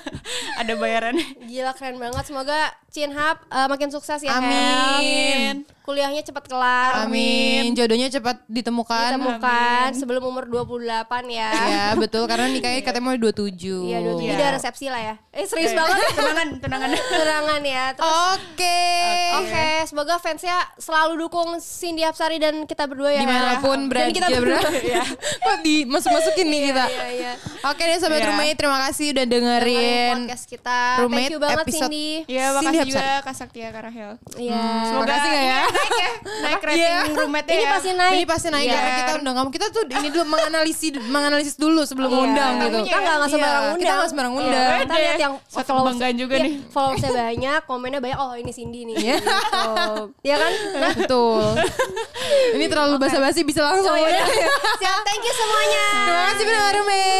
[SPEAKER 5] Ada bayaran.
[SPEAKER 2] Gila keren banget. Semoga Chin Hub eh, makin sukses ya.
[SPEAKER 3] Amin.
[SPEAKER 2] Hel. Kuliahnya cepat kelar.
[SPEAKER 3] Amin. Jodohnya cepat ditemukan.
[SPEAKER 2] Ditemukan sebelum umur 28 ya.
[SPEAKER 3] Ya betul karena nikahnya katanya mau 27.
[SPEAKER 2] Iya, 27
[SPEAKER 5] Iya.
[SPEAKER 2] udah resepsi lah ya. Eh serius
[SPEAKER 5] Eh,
[SPEAKER 2] banget.
[SPEAKER 5] Tunangan, tunangan.
[SPEAKER 2] Serangan ya. Terus
[SPEAKER 3] Oke.
[SPEAKER 2] Oke, semoga fansnya selalu dukung Cindy Hapsari dan kita berdua ya.
[SPEAKER 3] Dimanapun
[SPEAKER 2] Dan
[SPEAKER 3] berada
[SPEAKER 2] kita
[SPEAKER 3] dia
[SPEAKER 2] berdua.
[SPEAKER 3] berada. ya, Kok dimasuk-masukin nih kita.
[SPEAKER 2] Iya, iya.
[SPEAKER 3] Oke deh sobat
[SPEAKER 5] Iya.
[SPEAKER 3] rumahnya terima kasih udah
[SPEAKER 2] Dengerin
[SPEAKER 3] dengerin.
[SPEAKER 2] podcast kita.
[SPEAKER 3] Roommate
[SPEAKER 2] Thank you banget
[SPEAKER 3] episode.
[SPEAKER 2] Cindy.
[SPEAKER 5] Iya,
[SPEAKER 3] Cindy
[SPEAKER 5] makasih
[SPEAKER 3] Hapsari.
[SPEAKER 5] juga Kak Saktia Karahel.
[SPEAKER 2] Iya.
[SPEAKER 5] Semoga
[SPEAKER 3] Makasih nggak ya?
[SPEAKER 5] ini naik ya. Naik rating
[SPEAKER 3] Iya.
[SPEAKER 5] roommate
[SPEAKER 2] Ini
[SPEAKER 5] ya.
[SPEAKER 2] pasti naik.
[SPEAKER 3] Ini pasti naik
[SPEAKER 5] Iya.
[SPEAKER 3] karena kita udah ngomong kita tuh ini dulu menganalisis menganalisis dulu sebelum ngundang
[SPEAKER 5] Iya.
[SPEAKER 3] gitu.
[SPEAKER 2] Kita nggak nggak sembarang
[SPEAKER 3] Iya,
[SPEAKER 2] undang.
[SPEAKER 3] Kita nggak sembarang
[SPEAKER 2] Iya,
[SPEAKER 3] undang.
[SPEAKER 2] Kita lihat yang
[SPEAKER 5] Suatu
[SPEAKER 2] followers-
[SPEAKER 5] kebanggaan juga
[SPEAKER 2] iya,
[SPEAKER 5] nih.
[SPEAKER 2] Followersnya banyak, komennya banyak. Oh ini Cindy nih.
[SPEAKER 3] Iya.
[SPEAKER 2] Gitu. Iya kan? Nah,
[SPEAKER 3] Betul. ini terlalu basa-basi bisa langsung.
[SPEAKER 2] oh,
[SPEAKER 3] udah.
[SPEAKER 2] yaudah. Siap, thank you semuanya.
[SPEAKER 3] ya. Terima kasih Bunda Rume.